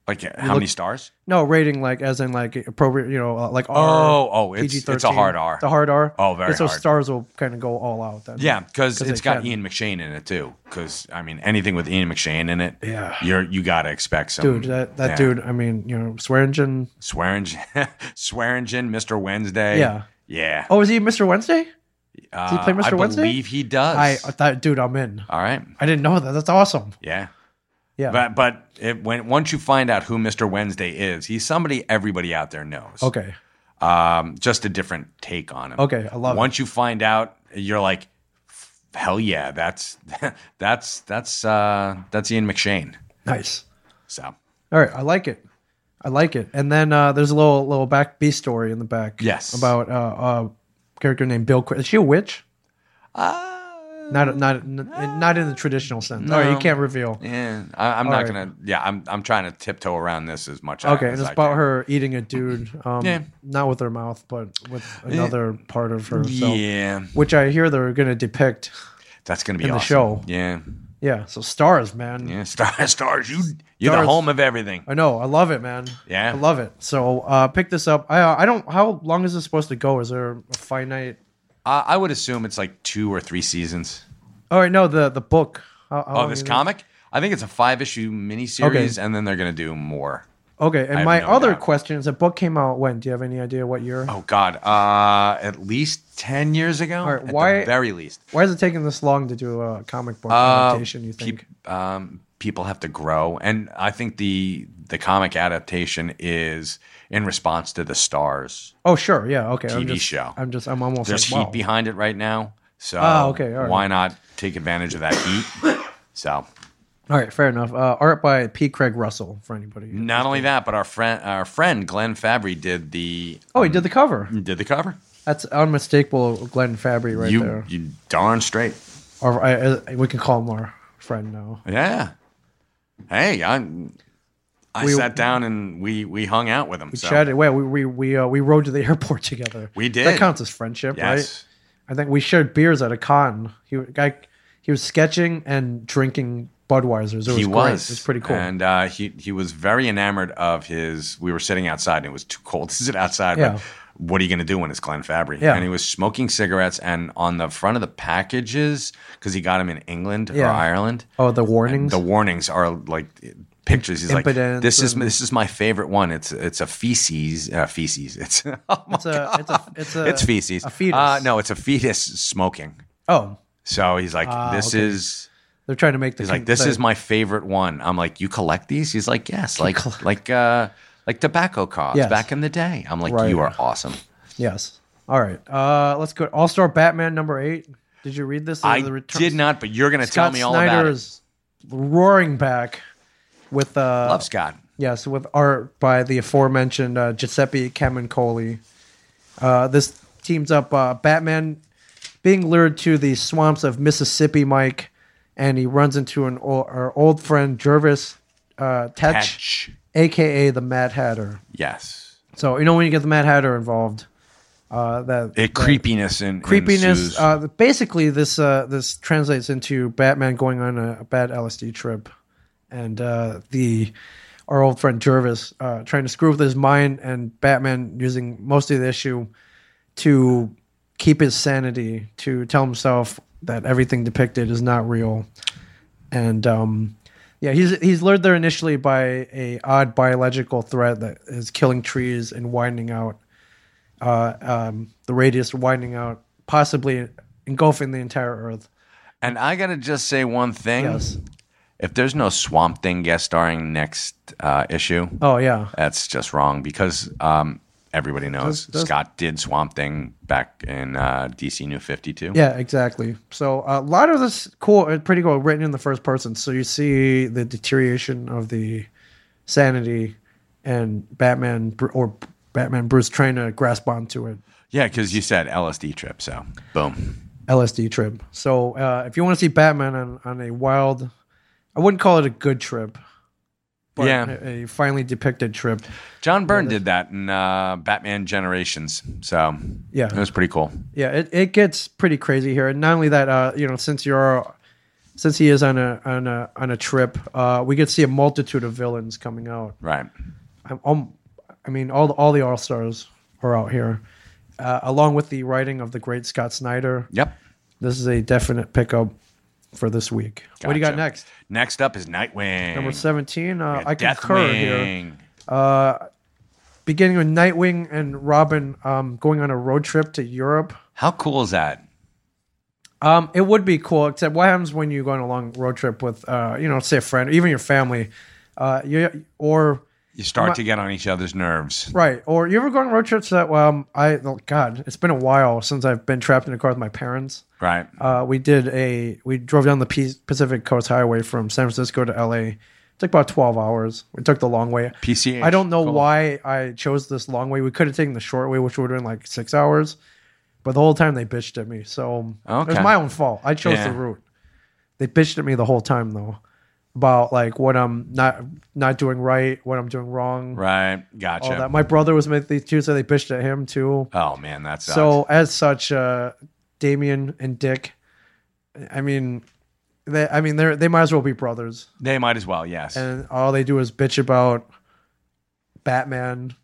Speaker 2: Like uh, how many stars?
Speaker 1: no rating, like as in like appropriate, you know, uh, like R,
Speaker 2: Oh, oh, it's
Speaker 1: PG-13.
Speaker 2: it's a hard R.
Speaker 1: The hard R.
Speaker 2: Oh, very
Speaker 1: And so
Speaker 2: hard.
Speaker 1: stars will kind of go all out then.
Speaker 2: yeah, because
Speaker 1: 'Cause
Speaker 2: it's
Speaker 1: they
Speaker 2: got
Speaker 1: can.
Speaker 2: Ian McShane in it too. Because I mean, anything with Ian McShane in it,
Speaker 1: Yeah.
Speaker 2: you're you gotta expect some
Speaker 1: dude, that that
Speaker 2: yeah.
Speaker 1: dude. I mean, you know, Swearingen.
Speaker 2: Swearingen, Swearingen, Mr. Wednesday.
Speaker 1: Yeah.
Speaker 2: yeah.
Speaker 1: Oh, is he Mr. Wednesday?
Speaker 2: does
Speaker 1: he play Mr.
Speaker 2: I
Speaker 1: Wednesday?
Speaker 2: believe he does.
Speaker 1: I, uh, I thought, dude, I'm in.
Speaker 2: All right.
Speaker 1: I didn't know that. That's awesome.
Speaker 2: Yeah.
Speaker 1: Yeah.
Speaker 2: But but it, when once you find out who Mr. Wednesday is, he's somebody everybody out there knows.
Speaker 1: okay.
Speaker 2: Um, just a different take on him.
Speaker 1: Okay. I love it.
Speaker 2: Once you find out, you're like, hell yeah, that's that's that's uh, that's Ian McShane.
Speaker 1: Nice.
Speaker 2: So
Speaker 1: All right, I like it. I like it. And then uh, there's a little little back B story in the back.
Speaker 2: Yes.
Speaker 1: About uh, a character named Bill. Qu- Is she a witch?
Speaker 2: uh,
Speaker 1: Not not n- not in the traditional sense. All right, you can't reveal.
Speaker 2: yeah, I, I'm not
Speaker 1: right.
Speaker 2: gonna. Yeah, I'm I'm trying to tiptoe around this as much.
Speaker 1: Okay,
Speaker 2: as
Speaker 1: and it's
Speaker 2: I
Speaker 1: about
Speaker 2: can.
Speaker 1: her eating a dude. Um,
Speaker 2: Yeah.
Speaker 1: Not with her mouth, but with another part of her. So,
Speaker 2: Yeah,
Speaker 1: Which I hear they're going to depict.
Speaker 2: that's gonna be
Speaker 1: the
Speaker 2: awesome.
Speaker 1: show.
Speaker 2: Yeah,
Speaker 1: Yeah. So stars, man.
Speaker 2: yeah. Star, stars, you you're the
Speaker 1: Stars.
Speaker 2: home of everything.
Speaker 1: I know. I love it, man.
Speaker 2: Yeah.
Speaker 1: I love it. So uh, pick this up. I I don't. How long is this supposed to go? Is there a finite?
Speaker 2: I, I would assume it's like two or three seasons.
Speaker 1: All right. No, the the book. How, how
Speaker 2: Oh,
Speaker 1: long
Speaker 2: this
Speaker 1: is it?
Speaker 2: comic? I think it's a five issue miniseries, and then they're going to do more.
Speaker 1: Okay. And
Speaker 2: have
Speaker 1: my
Speaker 2: no
Speaker 1: other
Speaker 2: doubt.
Speaker 1: question is: the book came out when? Do you have any idea what year?
Speaker 2: Oh, God. Uh, at least 10 years ago?
Speaker 1: right,
Speaker 2: at
Speaker 1: why-
Speaker 2: the very least.
Speaker 1: Why is it taking this long to do a comic book
Speaker 2: Uh,
Speaker 1: adaptation? You think?
Speaker 2: peop- um, people have to grow. And I think the, the comic adaptation is in response to the stars.
Speaker 1: oh, sure. Yeah. Okay. I'm
Speaker 2: TV
Speaker 1: just,
Speaker 2: show.
Speaker 1: I'm just. I'm almost
Speaker 2: There's
Speaker 1: like, wow.
Speaker 2: heat behind it right now. So
Speaker 1: Ah, okay, all right.
Speaker 2: why not take advantage of that heat? so
Speaker 1: All right, fair enough. Uh, art by P. Craig Russell for anybody.
Speaker 2: Not only that, but our friend our friend Glenn Fabry did the
Speaker 1: Oh, he did the cover.
Speaker 2: did the cover.
Speaker 1: That's unmistakable Glenn Fabry right
Speaker 2: you
Speaker 1: there.
Speaker 2: you darn straight.
Speaker 1: Or I, I, we can call him our friend now.
Speaker 2: Yeah. Hey, I I
Speaker 1: We-
Speaker 2: sat down and we we hung out with him.
Speaker 1: We
Speaker 2: so.
Speaker 1: chatted. Well, we we we, uh, we rode to the airport together.
Speaker 2: We did.
Speaker 1: That counts as friendship,
Speaker 2: Yes.
Speaker 1: right? I think we shared beers at a con. He guy, he was sketching and drinking Budweisers. It was
Speaker 2: He
Speaker 1: great.
Speaker 2: was.
Speaker 1: It was pretty cool.
Speaker 2: And uh, he he was very enamored of his. We were sitting outside and it was too cold to sit outside.
Speaker 1: Yeah.
Speaker 2: But what are you going to do when it's Glenn Fabry?
Speaker 1: Yeah.
Speaker 2: And he was smoking cigarettes. And on the front of the packages, because he got him in England or
Speaker 1: Yeah.
Speaker 2: Ireland,
Speaker 1: oh, the warnings.
Speaker 2: the warnings are like pictures. He's
Speaker 1: Impotence
Speaker 2: like, this is
Speaker 1: and-
Speaker 2: this is my favorite one. It's it's a feces uh, feces. It's oh my
Speaker 1: it's a, it's a, it's a,
Speaker 2: it's feces.
Speaker 1: A fetus.
Speaker 2: Uh, no, it's a fetus smoking.
Speaker 1: Oh,
Speaker 2: So he's like,
Speaker 1: Ah,
Speaker 2: this
Speaker 1: okay.
Speaker 2: is.
Speaker 1: they're trying to make the.
Speaker 2: He's like, this is my favorite one. I'm like, you collect these? He's like, yes, like like uh like tobacco cards
Speaker 1: Yes.
Speaker 2: back in the day. I'm like,
Speaker 1: Right.
Speaker 2: you are awesome.
Speaker 1: Yes. All right. Uh, let's go. All Star Batman number eight. Did you read this? Uh,
Speaker 2: I
Speaker 1: The return-
Speaker 2: did not, but you're gonna tell
Speaker 1: Scott
Speaker 2: me all about it.
Speaker 1: Snyder's roaring back with uh,
Speaker 2: Love Scott.
Speaker 1: Yes, with art by the aforementioned uh, Giuseppe Camuncoli. Uh, this teams up uh, Batman being lured to the swamps of Mississippi, Mike, and he runs into an o- our old friend Jervis uh, Tetch,
Speaker 2: Patch.
Speaker 1: aka the Mad Hatter.
Speaker 2: Yes.
Speaker 1: So you know when you get the Mad Hatter involved, uh, that
Speaker 2: It creepiness and
Speaker 1: creepiness.
Speaker 2: ensues.
Speaker 1: Uh, basically, this uh, this translates into Batman going on a, a bad LSD trip, and uh, the our old friend Jervis uh, trying to screw with his mind, and Batman using most of the issue to keep his sanity, to tell himself that everything depicted is not real, and um, yeah, he's he's lured there initially by a odd biological threat that is killing trees and widening out um, the radius widening out, possibly engulfing the entire Earth.
Speaker 2: and I gotta just say one thing.
Speaker 1: Yes.
Speaker 2: If there's no Swamp Thing guest starring next uh, issue,
Speaker 1: Oh yeah.
Speaker 2: that's just wrong because um, everybody knows
Speaker 1: does-
Speaker 2: Scott did Swamp Thing back in uh, DC New Fifty Two.
Speaker 1: Yeah, exactly. So uh, a lot of this cool, uh, pretty cool, written in the first person. So you see the deterioration of the sanity, and Batman Bru- or Batman Bruce trying to grasp onto it.
Speaker 2: Yeah, because you said LSD trip, so boom.
Speaker 1: LSD trip. So uh, if you want to see Batman on, on a wild, I wouldn't call it a good trip, but
Speaker 2: Yeah.
Speaker 1: a, a finely depicted trip.
Speaker 2: John Byrne did that in uh, Batman Generations, so
Speaker 1: Yeah.
Speaker 2: it was pretty cool.
Speaker 1: Yeah, it, it gets pretty crazy here, and not only that, uh, you know, since you're, since he is on a on a on a trip, uh, we get to see a multitude of villains coming out.
Speaker 2: Right?
Speaker 1: I'm, I'm, I mean, all the, all the all stars are out here, uh, along with the writing of the great Scott Snyder.
Speaker 2: Yep.
Speaker 1: This is a definite pickup for this week. What do you got
Speaker 2: Gotcha.
Speaker 1: next?
Speaker 2: Next up is Nightwing.
Speaker 1: Number seventeen. Uh, I concur here.
Speaker 2: Deathwing.
Speaker 1: Beginning with Nightwing and Robin um, going on a road trip to Europe.
Speaker 2: How cool is that?
Speaker 1: Um, it would be cool, except what happens when you go on a long road trip with, uh, you know, say a friend, or even your family, uh, you or
Speaker 2: You start to get on each other's nerves.
Speaker 1: right, or you ever go on road trips that um, I oh, God, it's been a while since I've been trapped in a car with my parents.
Speaker 2: Right.
Speaker 1: Uh, we did a we drove down the P- Pacific Coast Highway from San Francisco to L.A. It took about twelve hours. We took the long way.
Speaker 2: PCH.
Speaker 1: I don't know
Speaker 2: Cool.
Speaker 1: why I chose this long way. We could have taken the short way, which would have been like six hours. But the whole time they bitched at me, so it was
Speaker 2: Okay.
Speaker 1: my own fault. I chose
Speaker 2: Yeah.
Speaker 1: the route. They bitched at me the whole time though about like what I'm not not doing right, what I'm doing wrong,
Speaker 2: Right.
Speaker 1: all that.
Speaker 2: Gotcha.
Speaker 1: My brother was with these too, so they bitched at him too.
Speaker 2: Oh man, that's
Speaker 1: So as such, uh, Damien and Dick, I mean, they I mean they are they might as well be brothers,
Speaker 2: they might as well. Yes.
Speaker 1: and all they do is bitch about Batman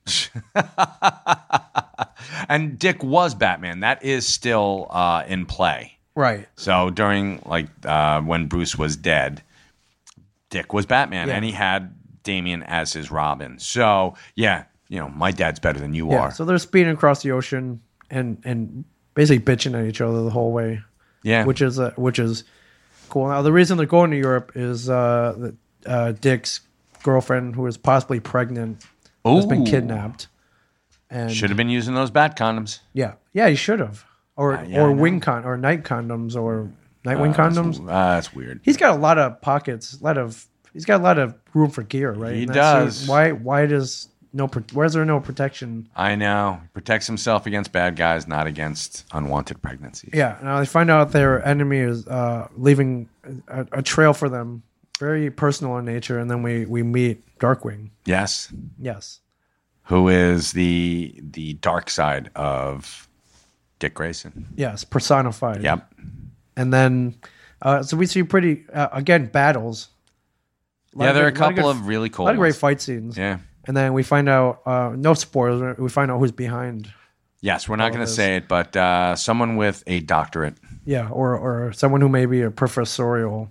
Speaker 2: and Dick was Batman. That is still uh, in play.
Speaker 1: Right.
Speaker 2: So during like uh, when Bruce was dead, Dick was Batman,
Speaker 1: Yeah.
Speaker 2: and he had Damien as his Robin. So yeah, you know my dad's better than you
Speaker 1: Yeah.
Speaker 2: are.
Speaker 1: So they're speeding across the ocean and and basically bitching at each other the whole way,
Speaker 2: yeah,
Speaker 1: which is uh, which is cool. Now the reason they're going to Europe is uh, that uh, Dick's girlfriend, who is possibly pregnant, has been
Speaker 2: Ooh.
Speaker 1: kidnapped. And
Speaker 2: should have been using those bat condoms.
Speaker 1: yeah, yeah, you should have, or
Speaker 2: Uh, yeah, I
Speaker 1: or
Speaker 2: know.
Speaker 1: wing con or night condoms or Nightwing condoms.
Speaker 2: Uh, that's weird.
Speaker 1: He's got a lot of pockets, a lot of he's got a lot of room for gear, right?
Speaker 2: He
Speaker 1: In that
Speaker 2: does.
Speaker 1: suit. Why why does no pro- why is there no protection?
Speaker 2: I know. He protects himself against bad guys, not against unwanted pregnancies.
Speaker 1: Yeah, now they find out their enemy is uh, leaving a, a trail for them, very personal in nature, and then we we meet Darkwing.
Speaker 2: Yes.
Speaker 1: Yes,
Speaker 2: Who is the the dark side of Dick Grayson?
Speaker 1: yes, personified.
Speaker 2: Yep.
Speaker 1: and then uh, so we see pretty uh, again battles. Lot
Speaker 2: Yeah, there are a
Speaker 1: good- lot
Speaker 2: couple
Speaker 1: good-
Speaker 2: of really cool.
Speaker 1: lot of great
Speaker 2: Ones.
Speaker 1: fight scenes.
Speaker 2: Yeah.
Speaker 1: And then we find out uh, no spoilers. We find out who's behind.
Speaker 2: Yes, we're not going to
Speaker 1: those.
Speaker 2: say it, but uh, someone with a doctorate.
Speaker 1: Yeah, or or someone who may be a professorial.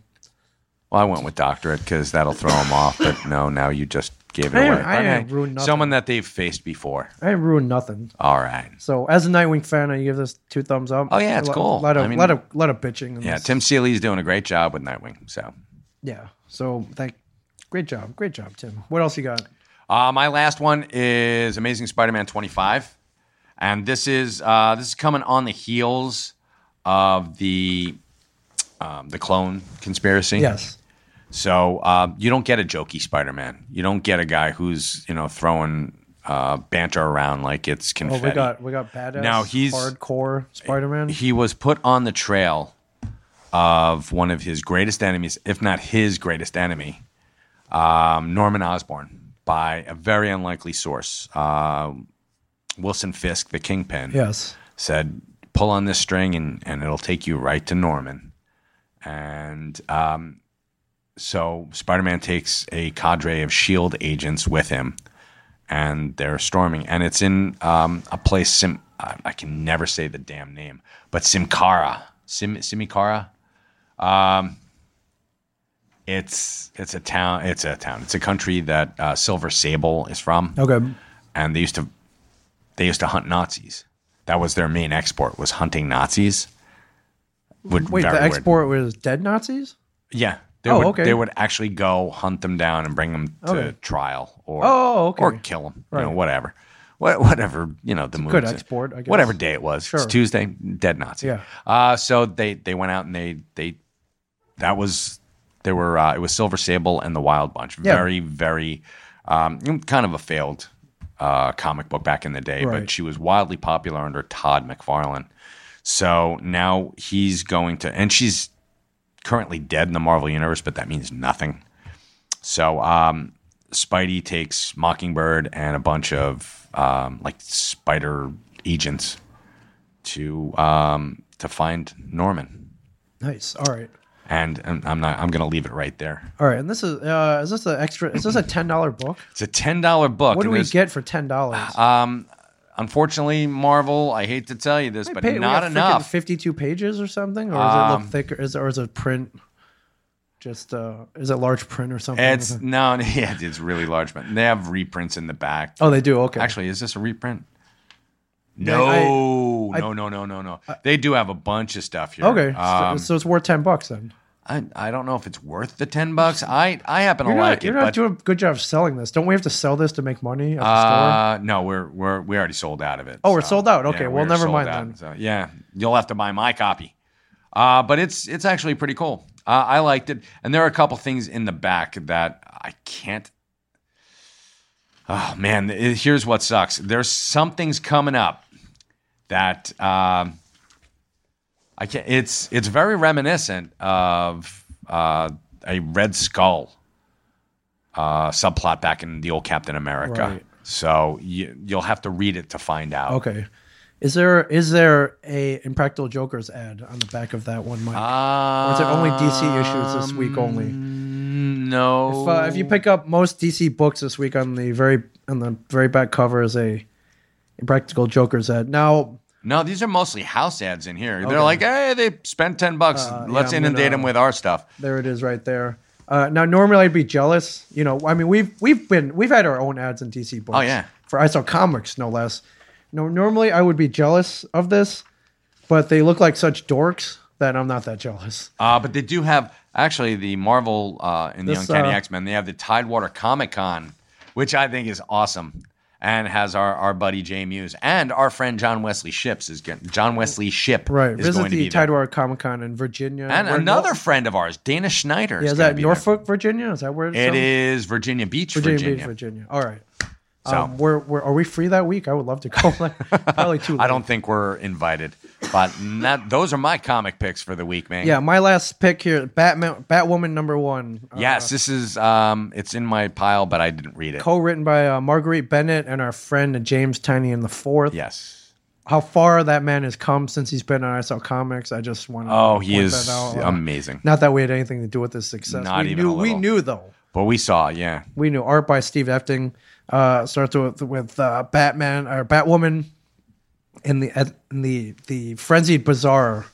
Speaker 2: Well, I went with doctorate because that'll throw him off. But no, now you just gave it
Speaker 1: I
Speaker 2: away.
Speaker 1: didn't-
Speaker 2: But
Speaker 1: I didn't
Speaker 2: hey,
Speaker 1: ruin nothing.
Speaker 2: someone that they've faced before.
Speaker 1: I ruined nothing.
Speaker 2: All right.
Speaker 1: So as a Nightwing fan, I give this two thumbs up.
Speaker 2: Oh, yeah, it's
Speaker 1: a lot,
Speaker 2: cool.
Speaker 1: Lot of
Speaker 2: I mean-
Speaker 1: lot of lot of bitching. In
Speaker 2: Yeah,
Speaker 1: this.
Speaker 2: Tim Seeley's doing a great job with Nightwing. So,
Speaker 1: Yeah. So thank. Great job, great job, Tim. What else you got?
Speaker 2: uh, my last one is Amazing Spider-Man 25, and this is uh, this is coming on the heels of the um, the clone conspiracy.
Speaker 1: Yes.
Speaker 2: So uh, you don't get a jokey Spider-Man. You don't get a guy who's you know throwing uh, banter around like it's
Speaker 1: Oh,
Speaker 2: confetti.
Speaker 1: we got we got badass.
Speaker 2: Now he's-
Speaker 1: hardcore Spider-Man.
Speaker 2: he was put on the trail of one of his greatest enemies, if not his greatest enemy, um, Norman Osborn, by a very unlikely source. Uh, Wilson Fisk, the kingpin,
Speaker 1: Yes.
Speaker 2: said, "Pull on this string, and and it'll take you right to Norman." And um, so Spider-Man takes a cadre of Shield E agents with him, and they're storming. And it's in um, a place Sim. I I can never say the damn name, but Simkara, Sim Simikara. Um, it's it's a town. It's a town. It's a country that uh, Silver Sable is from
Speaker 1: Okay.
Speaker 2: and they used to they used to hunt Nazis. That was their main export was hunting Nazis. Would
Speaker 1: Wait,
Speaker 2: very
Speaker 1: the
Speaker 2: weird-
Speaker 1: export was dead Nazis.
Speaker 2: Yeah, they
Speaker 1: Oh,
Speaker 2: would
Speaker 1: okay.
Speaker 2: they would actually go hunt them down and bring them to
Speaker 1: Okay.
Speaker 2: trial or
Speaker 1: Oh, okay.
Speaker 2: or kill them. You know,
Speaker 1: Right.
Speaker 2: whatever. What, whatever you know, the movie.
Speaker 1: good export, I guess.
Speaker 2: Whatever day it was,
Speaker 1: Sure.
Speaker 2: it's Tuesday. Dead Nazi.
Speaker 1: Yeah.
Speaker 2: Uh, so they they went out and they they that was there were uh, it was Silver Sable and the Wild Bunch.
Speaker 1: Yeah.
Speaker 2: Very very um, kind of a failed uh, comic book back in the day,
Speaker 1: Right.
Speaker 2: but she was wildly popular under Todd McFarlane. So now he's going to and she's currently dead in the Marvel universe, but that means nothing. So um, Spidey takes Mockingbird and a bunch of um, like spider agents to um, to find Norman.
Speaker 1: Nice. All right.
Speaker 2: And um, I'm I'm not. I'm gonna leave it right there.
Speaker 1: All right. And this is uh, is this an extra? Is this a ten dollar book?
Speaker 2: It's a ten dollar book.
Speaker 1: What do
Speaker 2: and
Speaker 1: we
Speaker 2: there's-
Speaker 1: get for ten dollars?
Speaker 2: Uh, Unfortunately, Marvel. I hate to tell you this, but not enough. Um,
Speaker 1: Fifty-two pages or something, or is it a thicker? Is or is it print? Just uh, is it large print or something?
Speaker 2: It's no. Yeah, it's really large, but they have reprints in the back.
Speaker 1: oh, they do. Okay,
Speaker 2: Actually, is this a reprint?
Speaker 1: Yeah,
Speaker 2: No,
Speaker 1: I-
Speaker 2: no, no, no, no, no. They do have a bunch of stuff here.
Speaker 1: okay. so-
Speaker 2: Um,
Speaker 1: so, it's worth ten bucks then.
Speaker 2: I, I don't know if it's worth the ten bucks. I I happen to
Speaker 1: You're
Speaker 2: like
Speaker 1: not, you're
Speaker 2: it,
Speaker 1: not
Speaker 2: but
Speaker 1: doing a good job selling this. Don't we have to sell this to make money at the store?
Speaker 2: uh, no, we're we're we already sold out of it.
Speaker 1: Oh, we're sold out? Okay, well,
Speaker 2: we're
Speaker 1: never
Speaker 2: sold
Speaker 1: mind
Speaker 2: out.
Speaker 1: then.
Speaker 2: So, yeah, you'll have to buy my copy. Uh, but it's it's actually pretty cool. Uh, I liked it, and there are a couple things in the back that I can't. Oh man, it- here's what sucks. There's something's coming up that um, I can't. It's it's very reminiscent of uh, a Red Skull uh, subplot back in the old Captain America.
Speaker 1: Right.
Speaker 2: So you, you'll have to read it to find out.
Speaker 1: Okay. Is there is there a Impractical Jokers ad on the back of that one, Mike?
Speaker 2: Uh,
Speaker 1: is it only DC issues this week only?
Speaker 2: Um, No.
Speaker 1: If, uh,
Speaker 2: Oh.
Speaker 1: if you pick up most DC books this week on the very on the very back cover is a Impractical Jokers ad. Now
Speaker 2: no, these are mostly house ads in here. They're like, hey, they spent ten bucks.
Speaker 1: Uh, yeah,
Speaker 2: Let's
Speaker 1: I'm
Speaker 2: inundate
Speaker 1: gonna-
Speaker 2: them with our stuff.
Speaker 1: There it is, right there. Uh, now, normally I'd be jealous. You know, I mean, we've we've been we've had our own ads in DC books.
Speaker 2: Oh, yeah.
Speaker 1: for ISO Comics, no less. No, normally I would be jealous of this, but they look like such dorks that I'm not that jealous.
Speaker 2: Uh, but they do have actually the Marvel uh, in the
Speaker 1: This,
Speaker 2: Uncanny
Speaker 1: uh,
Speaker 2: X Men. They have the Tidewater Comic Con, which I think is awesome. and has our, our buddy Jay Muse and our friend John Wesley Ships is going. John Wesley Ship
Speaker 1: Right.
Speaker 2: is
Speaker 1: Visit
Speaker 2: going to
Speaker 1: the
Speaker 2: be there.
Speaker 1: Tidewater Comic Con in Virginia.
Speaker 2: And
Speaker 1: Where-
Speaker 2: another friend of ours, Dana Schneider.
Speaker 1: Yeah, is
Speaker 2: gonna
Speaker 1: that
Speaker 2: be there.
Speaker 1: Norfolk, Virginia? Is that where it's
Speaker 2: It
Speaker 1: from?
Speaker 2: is Virginia Beach,
Speaker 1: Virginia,
Speaker 2: Virginia.
Speaker 1: Beach, Virginia. All right.
Speaker 2: So-
Speaker 1: Um, we're, we're, are we free that week? I would love to go. Like, Probably too late.
Speaker 2: I don't think we're invited, but not, those are my comic picks for the week, man.
Speaker 1: Yeah, my last pick here Batman, Batwoman number one. Uh,
Speaker 2: Yes, this is um, it's in my pile, but I didn't read it.
Speaker 1: Co written by uh, Marguerite Bennett and our friend James Tiny in the fourth.
Speaker 2: yes.
Speaker 1: How far that man has come since he's been on ISL Comics. I just want to.
Speaker 2: Oh, he
Speaker 1: point
Speaker 2: is
Speaker 1: that out. Uh,
Speaker 2: amazing.
Speaker 1: Not that we had anything to do with this success.
Speaker 2: Not
Speaker 1: we
Speaker 2: even a
Speaker 1: knew, we
Speaker 2: little.
Speaker 1: knew though.
Speaker 2: But we saw, yeah.
Speaker 1: We knew art by Steve Efting. Uh, starts with with uh, Batman or Batwoman in the at- in the the frenzied bazaar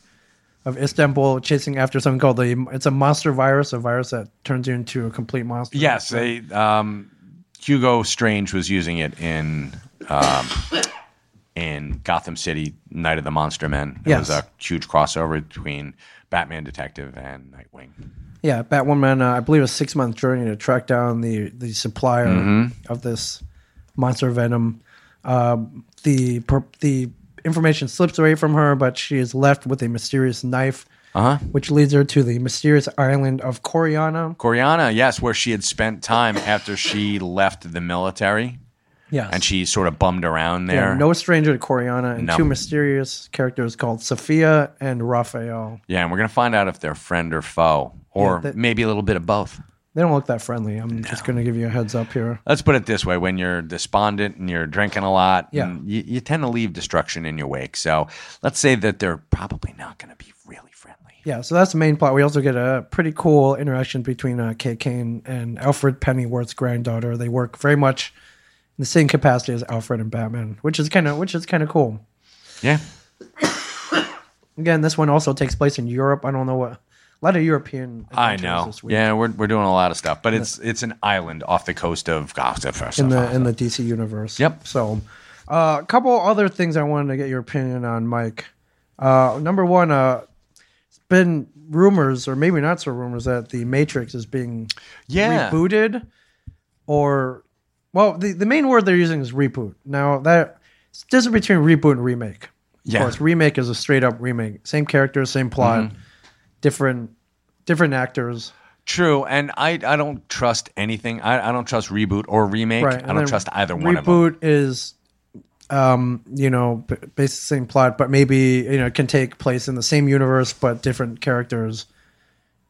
Speaker 1: of Istanbul, chasing after something called the it's a monster virus, a virus that turns you into a complete monster.
Speaker 2: Yes, they um, Hugo Strange was using it in um, in Gotham City, Night of the Monster Men. It was
Speaker 1: Yes.
Speaker 2: a huge crossover between Batman Detective and Nightwing.
Speaker 1: yeah. Batwoman, uh, I believe, a six month journey to track down the the supplier
Speaker 2: Mm-hmm.
Speaker 1: of this monster venom. Um, the per- the information slips away from her, but she is left with a mysterious knife.
Speaker 2: Uh huh.
Speaker 1: which leads her to the mysterious island of Coriana.
Speaker 2: Coriana, yes, where she had spent time after she left the military,
Speaker 1: Yes.
Speaker 2: and she sort of bummed around there.
Speaker 1: yeah, no stranger to Coriana and
Speaker 2: No.
Speaker 1: two mysterious characters called Sophia and Raphael.
Speaker 2: Yeah, and we're gonna find out if they're friend or foe, or
Speaker 1: Yeah, that-
Speaker 2: maybe a little bit of both.
Speaker 1: They don't look that friendly. I'm just going to give you a heads up here.
Speaker 2: Let's put it this way: when you're despondent and you're drinking a lot,
Speaker 1: Yeah.
Speaker 2: and you, you tend to leave destruction in your wake. So let's say that they're probably not gonna be really friendly.
Speaker 1: Yeah, so that's the main plot. We also get a pretty cool interaction between uh, Kate Kane and Alfred Pennyworth's granddaughter. They work very much in the same capacity as Alfred and Batman, which is kind of which is kind of cool.
Speaker 2: Yeah,
Speaker 1: Again, this one also takes place in Europe. I don't know what a lot of European.
Speaker 2: I
Speaker 1: adventures
Speaker 2: know.
Speaker 1: this week.
Speaker 2: Yeah, we're we're doing a lot of stuff, but it's it's an island off the coast of Gotham.
Speaker 1: in the in the DC universe.
Speaker 2: Yep.
Speaker 1: So, uh, a couple other things I wanted to get your opinion on, Mike. Uh, number one, uh, it's been rumors, or maybe not so rumors, that the Matrix is being
Speaker 2: yeah,
Speaker 1: rebooted, or well, the the main word they're using is reboot. Now that it's different between reboot and remake.
Speaker 2: Yeah. Mm-hmm.
Speaker 1: Of course, remake is a straight up remake, same character, same plot, different different actors.
Speaker 2: true. And I I don't trust anything. I, I don't trust reboot or remake.
Speaker 1: Right.
Speaker 2: I
Speaker 1: and
Speaker 2: don't
Speaker 1: then
Speaker 2: trust either one of them.
Speaker 1: Reboot is, um, you know, b- basically the same plot, but maybe you know it can take place in the same universe, but different characters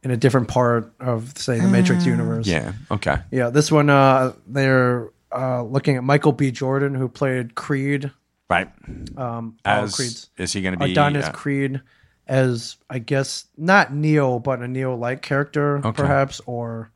Speaker 1: in a different part of, say, the Matrix universe.
Speaker 2: Mm. Yeah. Okay.
Speaker 1: Yeah, This one, uh, they're uh, looking at Michael B. Jordan, who played Creed,
Speaker 2: Right.
Speaker 1: um, all
Speaker 2: As
Speaker 1: Creeds,
Speaker 2: is he going to be
Speaker 1: Adonis
Speaker 2: uh,
Speaker 1: Creed, as I guess not Neo, but a Neo-like character, perhaps, or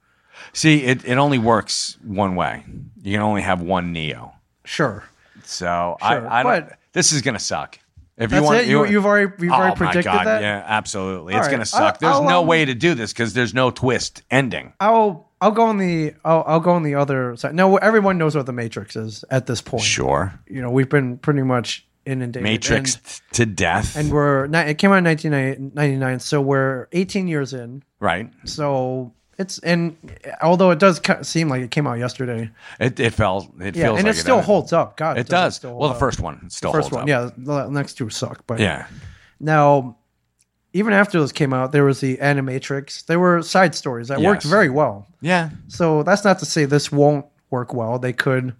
Speaker 2: See, it, it only works one way. You can only have one Neo.
Speaker 1: sure.
Speaker 2: So
Speaker 1: Sure,
Speaker 2: I, I don't.
Speaker 1: but-
Speaker 2: this is gonna suck. If
Speaker 1: That's
Speaker 2: you want,
Speaker 1: it. You, you've already you've
Speaker 2: oh
Speaker 1: already
Speaker 2: my
Speaker 1: predicted
Speaker 2: God,
Speaker 1: that.
Speaker 2: Yeah, absolutely.
Speaker 1: All
Speaker 2: it's
Speaker 1: right.
Speaker 2: gonna suck.
Speaker 1: I'll-
Speaker 2: there's
Speaker 1: I'll,
Speaker 2: no
Speaker 1: um,
Speaker 2: way to do this because there's no twist ending.
Speaker 1: I'll I'll go on the I'll, I'll go on the other side. No, everyone knows what the Matrix is at this point.
Speaker 2: Sure,
Speaker 1: You know, we've been pretty much inundated.
Speaker 2: Matrix
Speaker 1: and,
Speaker 2: to death.
Speaker 1: and we're not, it came out in 1999, so we're 18 years in.
Speaker 2: right.
Speaker 1: So it's and although it does ca- seem like it came out yesterday,
Speaker 2: It it felt. It
Speaker 1: yeah,
Speaker 2: feels
Speaker 1: and
Speaker 2: like
Speaker 1: it still
Speaker 2: does.
Speaker 1: holds up. God,
Speaker 2: It does.
Speaker 1: still hold
Speaker 2: well, the
Speaker 1: up.
Speaker 2: first one still
Speaker 1: first one,
Speaker 2: holds up.
Speaker 1: yeah, the next two suck, but
Speaker 2: Yeah.
Speaker 1: Now, even after those came out, there was the Animatrix. There were side stories that worked
Speaker 2: Yes.
Speaker 1: very well.
Speaker 2: Yeah.
Speaker 1: So that's not to say this won't work well. They could.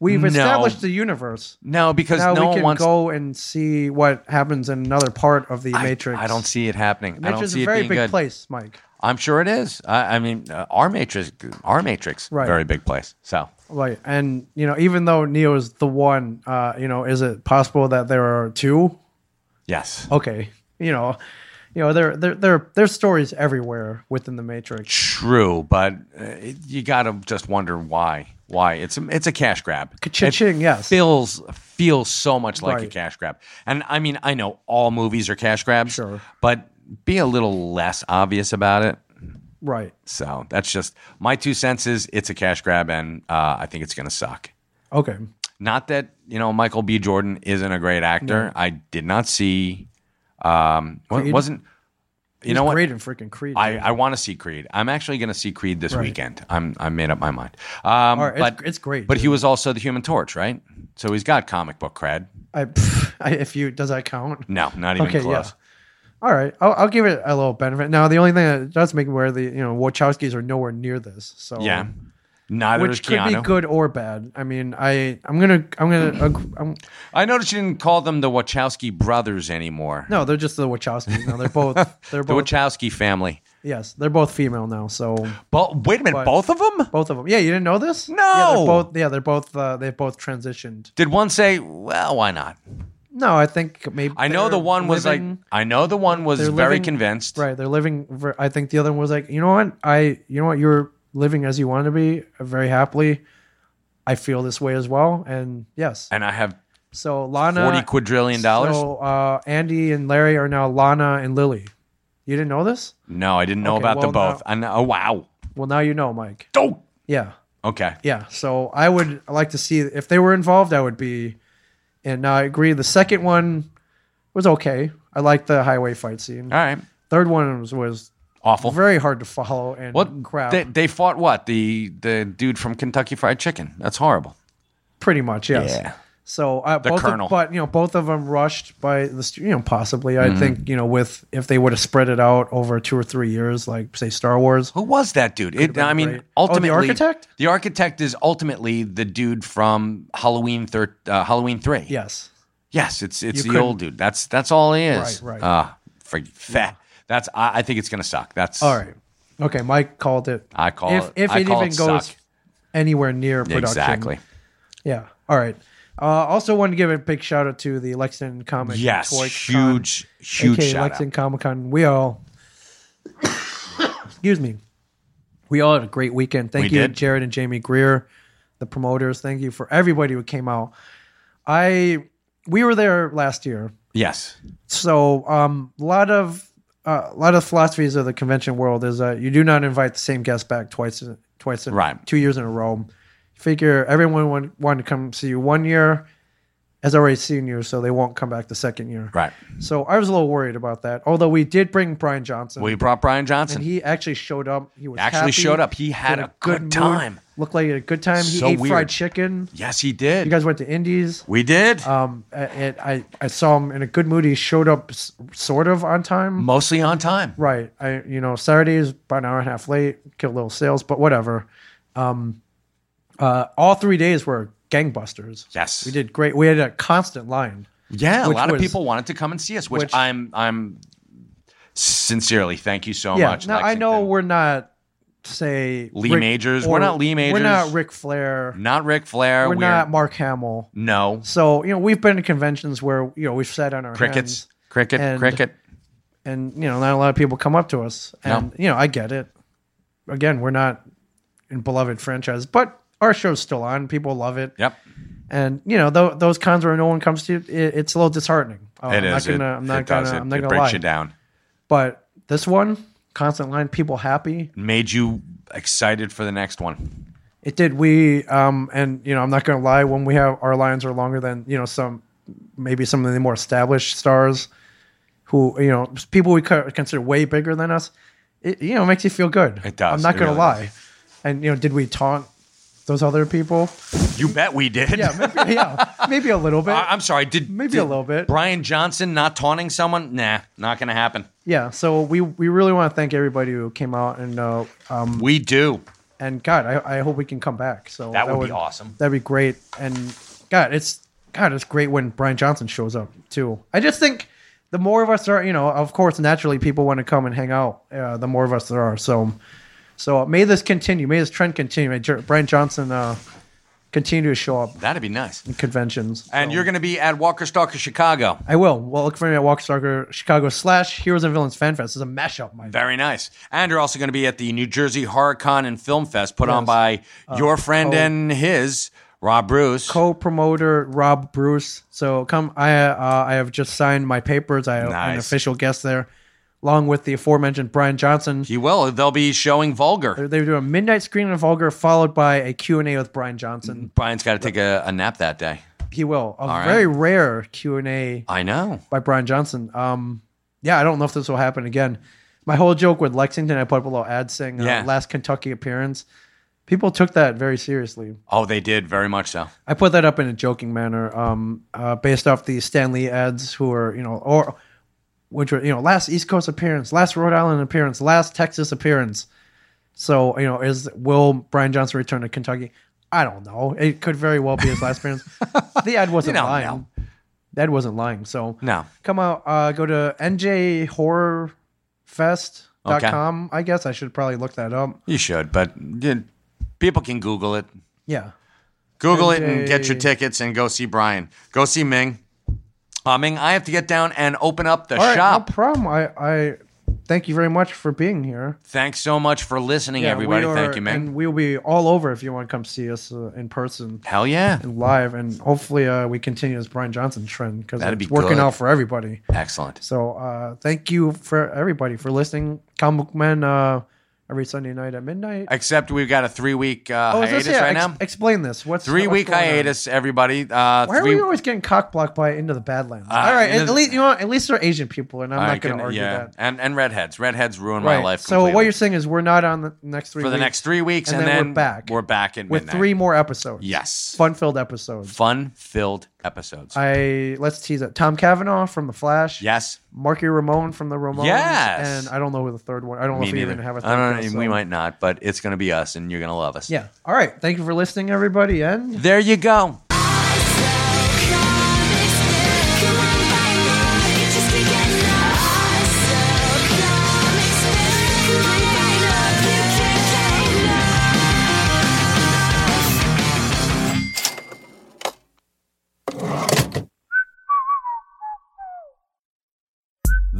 Speaker 1: We've
Speaker 2: No.
Speaker 1: established the universe.
Speaker 2: No, because
Speaker 1: Now
Speaker 2: no
Speaker 1: we
Speaker 2: one
Speaker 1: can
Speaker 2: wants.
Speaker 1: go and see what happens in another part of the
Speaker 2: I-
Speaker 1: Matrix.
Speaker 2: I, don't see it happening. I don't
Speaker 1: Matrix is
Speaker 2: see
Speaker 1: a
Speaker 2: it
Speaker 1: very
Speaker 2: being
Speaker 1: big
Speaker 2: good.
Speaker 1: place, Mike.
Speaker 2: I'm sure it is. I, I mean, uh, our matrix, our matrix,
Speaker 1: Right.
Speaker 2: very big place. So
Speaker 1: Right, and you know, even though Neo is the one, uh, you know, is it possible that there are two?
Speaker 2: yes,
Speaker 1: Okay, you know, you know, there there there there's stories everywhere within the Matrix.
Speaker 2: true, but uh, it, you gotta just wonder why. Why it's a, it's a cash grab.
Speaker 1: Cha-ching, yes.
Speaker 2: feels feels so much like a
Speaker 1: Right.
Speaker 2: cash grab. And I mean, I know all movies are cash grabs,
Speaker 1: Sure.
Speaker 2: but be a little less obvious about it.
Speaker 1: Right.
Speaker 2: So that's just my two senses. It's a cash grab, and uh, I think it's gonna suck.
Speaker 1: Okay.
Speaker 2: Not that you know Michael B. Jordan isn't a great actor. I did not see. Um, wa-
Speaker 1: Creed?
Speaker 2: wasn't you know what?
Speaker 1: Great in freaking Creed.
Speaker 2: I,
Speaker 1: dude.
Speaker 2: I want to see Creed. I'm actually going to see Creed this
Speaker 1: Right.
Speaker 2: weekend. I'm I made up my mind. Um,
Speaker 1: All right, it's-
Speaker 2: but
Speaker 1: it's great,
Speaker 2: But he
Speaker 1: dude.
Speaker 2: was also the Human Torch, right? So he's got comic book cred.
Speaker 1: I, I if you does that count?
Speaker 2: No, not even
Speaker 1: Okay, yeah.
Speaker 2: close.
Speaker 1: All right, I'll, I'll give it a little benefit. Now the only thing that does make me aware the you know Wachowskis are nowhere near this. So
Speaker 2: Yeah, neither is
Speaker 1: Oh. which could be
Speaker 2: Keanu.
Speaker 1: good or bad. I mean, I I'm gonna I'm gonna ag- I'm,
Speaker 2: I noticed you didn't call them the Wachowski brothers anymore.
Speaker 1: no, they're just the Wachowskis now. They're both they're
Speaker 2: the
Speaker 1: both
Speaker 2: Wachowski family.
Speaker 1: yes, they're both female now. So
Speaker 2: Bo- wait a minute,
Speaker 1: But-
Speaker 2: both of them?
Speaker 1: both of them. Yeah, you didn't know this? yeah,
Speaker 2: No.
Speaker 1: they're both yeah they're both uh, they've both transitioned.
Speaker 2: Did one say, "Well, why not?"
Speaker 1: No, I think maybe
Speaker 2: I know
Speaker 1: they're
Speaker 2: the one was
Speaker 1: living-
Speaker 2: like, I know the one was
Speaker 1: they're
Speaker 2: very
Speaker 1: living-
Speaker 2: convinced.
Speaker 1: Right. They're living. ver- I think the other one was like, you know what? I, you know what? You're living as you want to be uh, very happily. I feel this way as well. And yes.
Speaker 2: And I have
Speaker 1: So Lana.
Speaker 2: forty quadrillion dollars.
Speaker 1: So uh, Andy and Larry are now Lana and Lily. You didn't know this?
Speaker 2: no, I didn't know
Speaker 1: Okay,
Speaker 2: about the
Speaker 1: well, now-
Speaker 2: both. I know, oh wow.
Speaker 1: Well, now you know, Mike.
Speaker 2: Oh,
Speaker 1: Yeah.
Speaker 2: okay.
Speaker 1: Yeah. So I would like to see if they were involved, I would be. And now I agree. The second one was okay. I liked the highway fight scene.
Speaker 2: All right.
Speaker 1: Third one was, was
Speaker 2: Uh, Awful.
Speaker 1: very hard to follow and
Speaker 2: What
Speaker 1: crap.
Speaker 2: They, they fought what the the dude from Kentucky Fried Chicken. That's horrible.
Speaker 1: Pretty much, yes.
Speaker 2: Yeah.
Speaker 1: So uh, both of-
Speaker 2: Colonel.
Speaker 1: but you know, both of them rushed by the stu- you know possibly.
Speaker 2: Mm-hmm.
Speaker 1: I think you know with if they would have spread it out over two or three years, like say Star Wars.
Speaker 2: Who was that dude? It,
Speaker 1: been
Speaker 2: I mean,
Speaker 1: great. Oh, the
Speaker 2: ultimately,
Speaker 1: architect?
Speaker 2: The architect is ultimately the dude from Halloween thir- uh, Halloween three.
Speaker 1: Yes,
Speaker 2: Yes, it's it's
Speaker 1: You
Speaker 2: the
Speaker 1: couldn't-
Speaker 2: old dude. That's that's all he is.
Speaker 1: Right, right.
Speaker 2: Ah, frig- fa- That's I, I think it's gonna suck. That's
Speaker 1: all right, okay. Mike called it.
Speaker 2: I call
Speaker 1: if
Speaker 2: it.
Speaker 1: if
Speaker 2: I
Speaker 1: it
Speaker 2: call
Speaker 1: even goes
Speaker 2: suck.
Speaker 1: anywhere near production,
Speaker 2: exactly.
Speaker 1: Yeah. All right. Uh, also, wanted to give a big shout out to the Lexington Comic
Speaker 2: Yes,
Speaker 1: Toy Con,
Speaker 2: huge, huge
Speaker 1: aka
Speaker 2: shout
Speaker 1: Lexington Comic Con. We all, excuse me, we all had a great weekend. Thank
Speaker 2: We
Speaker 1: you,
Speaker 2: did.
Speaker 1: Jared and Jamie Greer, the promoters. Thank you for everybody who came out. I we were there last year,
Speaker 2: out. Yes,
Speaker 1: so um, a lot of uh, a lot of philosophies of the convention world is that you do not invite the same guest back twice in- twice in
Speaker 2: Right.
Speaker 1: two years in a row. Figure everyone want, wanted to come see you one year has already seen you, so they won't come back the second year.
Speaker 2: right.
Speaker 1: So I was a little worried about that. Although we did bring Brian Johnson,
Speaker 2: We brought Brian Johnson.
Speaker 1: and he actually showed up. He was
Speaker 2: Actually
Speaker 1: happy,
Speaker 2: showed up. He had
Speaker 1: in
Speaker 2: a good
Speaker 1: mood,
Speaker 2: time.
Speaker 1: Looked like he had a good time. He
Speaker 2: So
Speaker 1: ate
Speaker 2: weird.
Speaker 1: fried chicken.
Speaker 2: yes, he did.
Speaker 1: You guys went to Indies.
Speaker 2: we did.
Speaker 1: Um, and I I saw him in a good mood. He showed up s- sort of on time.
Speaker 2: Mostly on time.
Speaker 1: Right. I you know Saturday is about an hour and a half late. Killed little sales, but whatever. Um, uh, all three days were gangbusters.
Speaker 2: Yes.
Speaker 1: we did great. We had a constant line.
Speaker 2: Yeah, a
Speaker 1: which
Speaker 2: lot of
Speaker 1: was-
Speaker 2: people wanted to come and see us, which,
Speaker 1: which-
Speaker 2: I'm I'm sincerely thank you so
Speaker 1: yeah.
Speaker 2: much.
Speaker 1: now I know
Speaker 2: Lexington.
Speaker 1: we're not say
Speaker 2: Lee
Speaker 1: Ric-
Speaker 2: Majors.
Speaker 1: or-
Speaker 2: We're not Lee
Speaker 1: We're
Speaker 2: Majors.
Speaker 1: not Ric Flair.
Speaker 2: not Ric Flair.
Speaker 1: We're not Mark Hamill.
Speaker 2: no
Speaker 1: So you know we've been to conventions where you know we've sat on our
Speaker 2: crickets,
Speaker 1: hands
Speaker 2: cricket,
Speaker 1: and-
Speaker 2: cricket.
Speaker 1: and you know not a lot of people come up to us
Speaker 2: No.
Speaker 1: and you know I get it. Again, we're not in beloved franchise, but our show's still on. People love it.
Speaker 2: Yep.
Speaker 1: and you know tho- those cons where no one comes to you, it, it's a little disheartening. Uh,
Speaker 2: it
Speaker 1: I'm Not
Speaker 2: is. It-
Speaker 1: gonna, I'm not
Speaker 2: it
Speaker 1: gonna.
Speaker 2: does. It,
Speaker 1: I'm not
Speaker 2: it
Speaker 1: gonna
Speaker 2: breaks
Speaker 1: lie.
Speaker 2: you down.
Speaker 1: But this one, constant line, people happy.
Speaker 2: Made you excited for the next one.
Speaker 1: It did. We um and you know I'm not gonna lie. When we have our lines are longer than you know some maybe some of the more established stars who you know people we co- consider way bigger than us. It you know makes you feel good.
Speaker 2: It does.
Speaker 1: I'm not
Speaker 2: It
Speaker 1: gonna
Speaker 2: really
Speaker 1: lie. And you know did we taunt those other people?
Speaker 2: You bet we did.
Speaker 1: Yeah, maybe, yeah, maybe a little bit.
Speaker 2: I, I'm sorry. Did
Speaker 1: Maybe
Speaker 2: did
Speaker 1: a little bit.
Speaker 2: Brian Johnson not taunting someone? Nah, not gonna happen.
Speaker 1: yeah so we we really want to thank everybody who came out and uh um
Speaker 2: We do.
Speaker 1: and god i, I hope we can come back so
Speaker 2: That would be awesome.
Speaker 1: that'd be great and god it's god it's great when brian johnson shows up too i just think the more of us are you know of course naturally people want to come and hang out uh, the more of us there are so so may this continue may this trend continue may Jer- brian johnson uh continue to show up
Speaker 2: That'd be nice.
Speaker 1: in conventions
Speaker 2: And you're gonna be at Walker Stalker Chicago.
Speaker 1: I will. Well, look for me at Walkstalker Chicago slash Heroes and Villains Fan Fest. It's a mashup, my
Speaker 2: Very nice. And you're also going to be at the New Jersey Horror Con and Film Fest put on
Speaker 1: Yes. Uh,
Speaker 2: by your friend
Speaker 1: co-
Speaker 2: and his, Rob Bruce.
Speaker 1: co-promoter Rob Bruce. So come, I uh, I have just signed my papers. I am an
Speaker 2: Nice.
Speaker 1: official guest there, along with the aforementioned Brian Johnson.
Speaker 2: he will. They'll be showing Vulgar.
Speaker 1: They're, they're doing a midnight screening of Vulgar, followed by a Q and A with Brian Johnson.
Speaker 2: Brian's got to take a, a nap that day.
Speaker 1: He will a
Speaker 2: Mm. right.
Speaker 1: very rare Q and A
Speaker 2: I know.
Speaker 1: by Brian Johnson. Um, yeah, I don't know if this will happen again. my whole joke with Lexington, I put up a little ad saying uh,
Speaker 2: Yeah.
Speaker 1: last Kentucky appearance. People took that very seriously.
Speaker 2: Oh, they did very much so.
Speaker 1: I put that up in a joking manner, um, uh, based off the Stanley ads, who are you know, or which were you know, last East Coast appearance, last Rhode Island appearance, last Texas appearance. So you know, is will Brian Johnson return to Kentucky? I don't know. It could very well be his last appearance. The ad wasn't
Speaker 2: don't
Speaker 1: lying.
Speaker 2: know.
Speaker 1: The ad wasn't lying. So
Speaker 2: No,
Speaker 1: come out. Uh, go to njhorrorfest.com. I guess I should probably look that up.
Speaker 2: you should, but yeah, people can Google it.
Speaker 1: Yeah.
Speaker 2: Google it and get your
Speaker 1: NJ.
Speaker 2: tickets and go see Brian. Go see Ming. Uh, Ming, I have to get down and open up the
Speaker 1: All right,
Speaker 2: shop.
Speaker 1: no problem. I, I thank you very much for being here.
Speaker 2: Thanks so much for listening,
Speaker 1: Yeah, we
Speaker 2: everybody.
Speaker 1: are-
Speaker 2: Thank you, Ming.
Speaker 1: And we'll be all over if you want to come see us uh, in person
Speaker 2: Hell yeah.
Speaker 1: and live, and hopefully uh, we continue this Brian Johnson trend because
Speaker 2: That'd
Speaker 1: it's
Speaker 2: be
Speaker 1: working
Speaker 2: good.
Speaker 1: out for everybody.
Speaker 2: Excellent.
Speaker 1: So uh, thank you for everybody for listening. Comic Book Men uh, every Sunday night at midnight.
Speaker 2: Except we've got a three week uh,
Speaker 1: oh, is
Speaker 2: hiatus
Speaker 1: this yeah,
Speaker 2: right
Speaker 1: ex-
Speaker 2: now.
Speaker 1: Explain this. What's
Speaker 2: Three
Speaker 1: what's
Speaker 2: week
Speaker 1: going on?
Speaker 2: hiatus, everybody.
Speaker 1: Why
Speaker 2: Uh,
Speaker 1: are
Speaker 2: three,
Speaker 1: we always getting cockblocked by Into the Badlands? all right,
Speaker 2: Uh, Into
Speaker 1: at
Speaker 2: the-
Speaker 1: least you know what? at least they're Asian people, and I'm
Speaker 2: I
Speaker 1: not going
Speaker 2: can-
Speaker 1: to argue
Speaker 2: yeah.
Speaker 1: that.
Speaker 2: And and redheads. Redheads ruined my
Speaker 1: Right.
Speaker 2: life.
Speaker 1: so what
Speaker 2: completely.
Speaker 1: you're saying is we're not on the next three
Speaker 2: for the
Speaker 1: weeks
Speaker 2: next three weeks,
Speaker 1: and
Speaker 2: and,
Speaker 1: then
Speaker 2: then,
Speaker 1: we're back.
Speaker 2: We're back at
Speaker 1: with
Speaker 2: midnight.
Speaker 1: three more episodes.
Speaker 2: yes,
Speaker 1: fun filled episodes.
Speaker 2: fun filled episodes.
Speaker 1: I let's tease it. Tom Cavanaugh from The Flash.
Speaker 2: yes,
Speaker 1: Marky Ramone from The Ramones.
Speaker 2: Yes.
Speaker 1: And I don't know who the third one. I don't know
Speaker 2: me
Speaker 1: if we
Speaker 2: neither.
Speaker 1: even have a third.
Speaker 2: I don't know.
Speaker 1: guest, so-
Speaker 2: We might not, but it's gonna be us, and you're gonna love us.
Speaker 1: Yeah. All right. Thank you for listening, everybody. And
Speaker 2: There you go.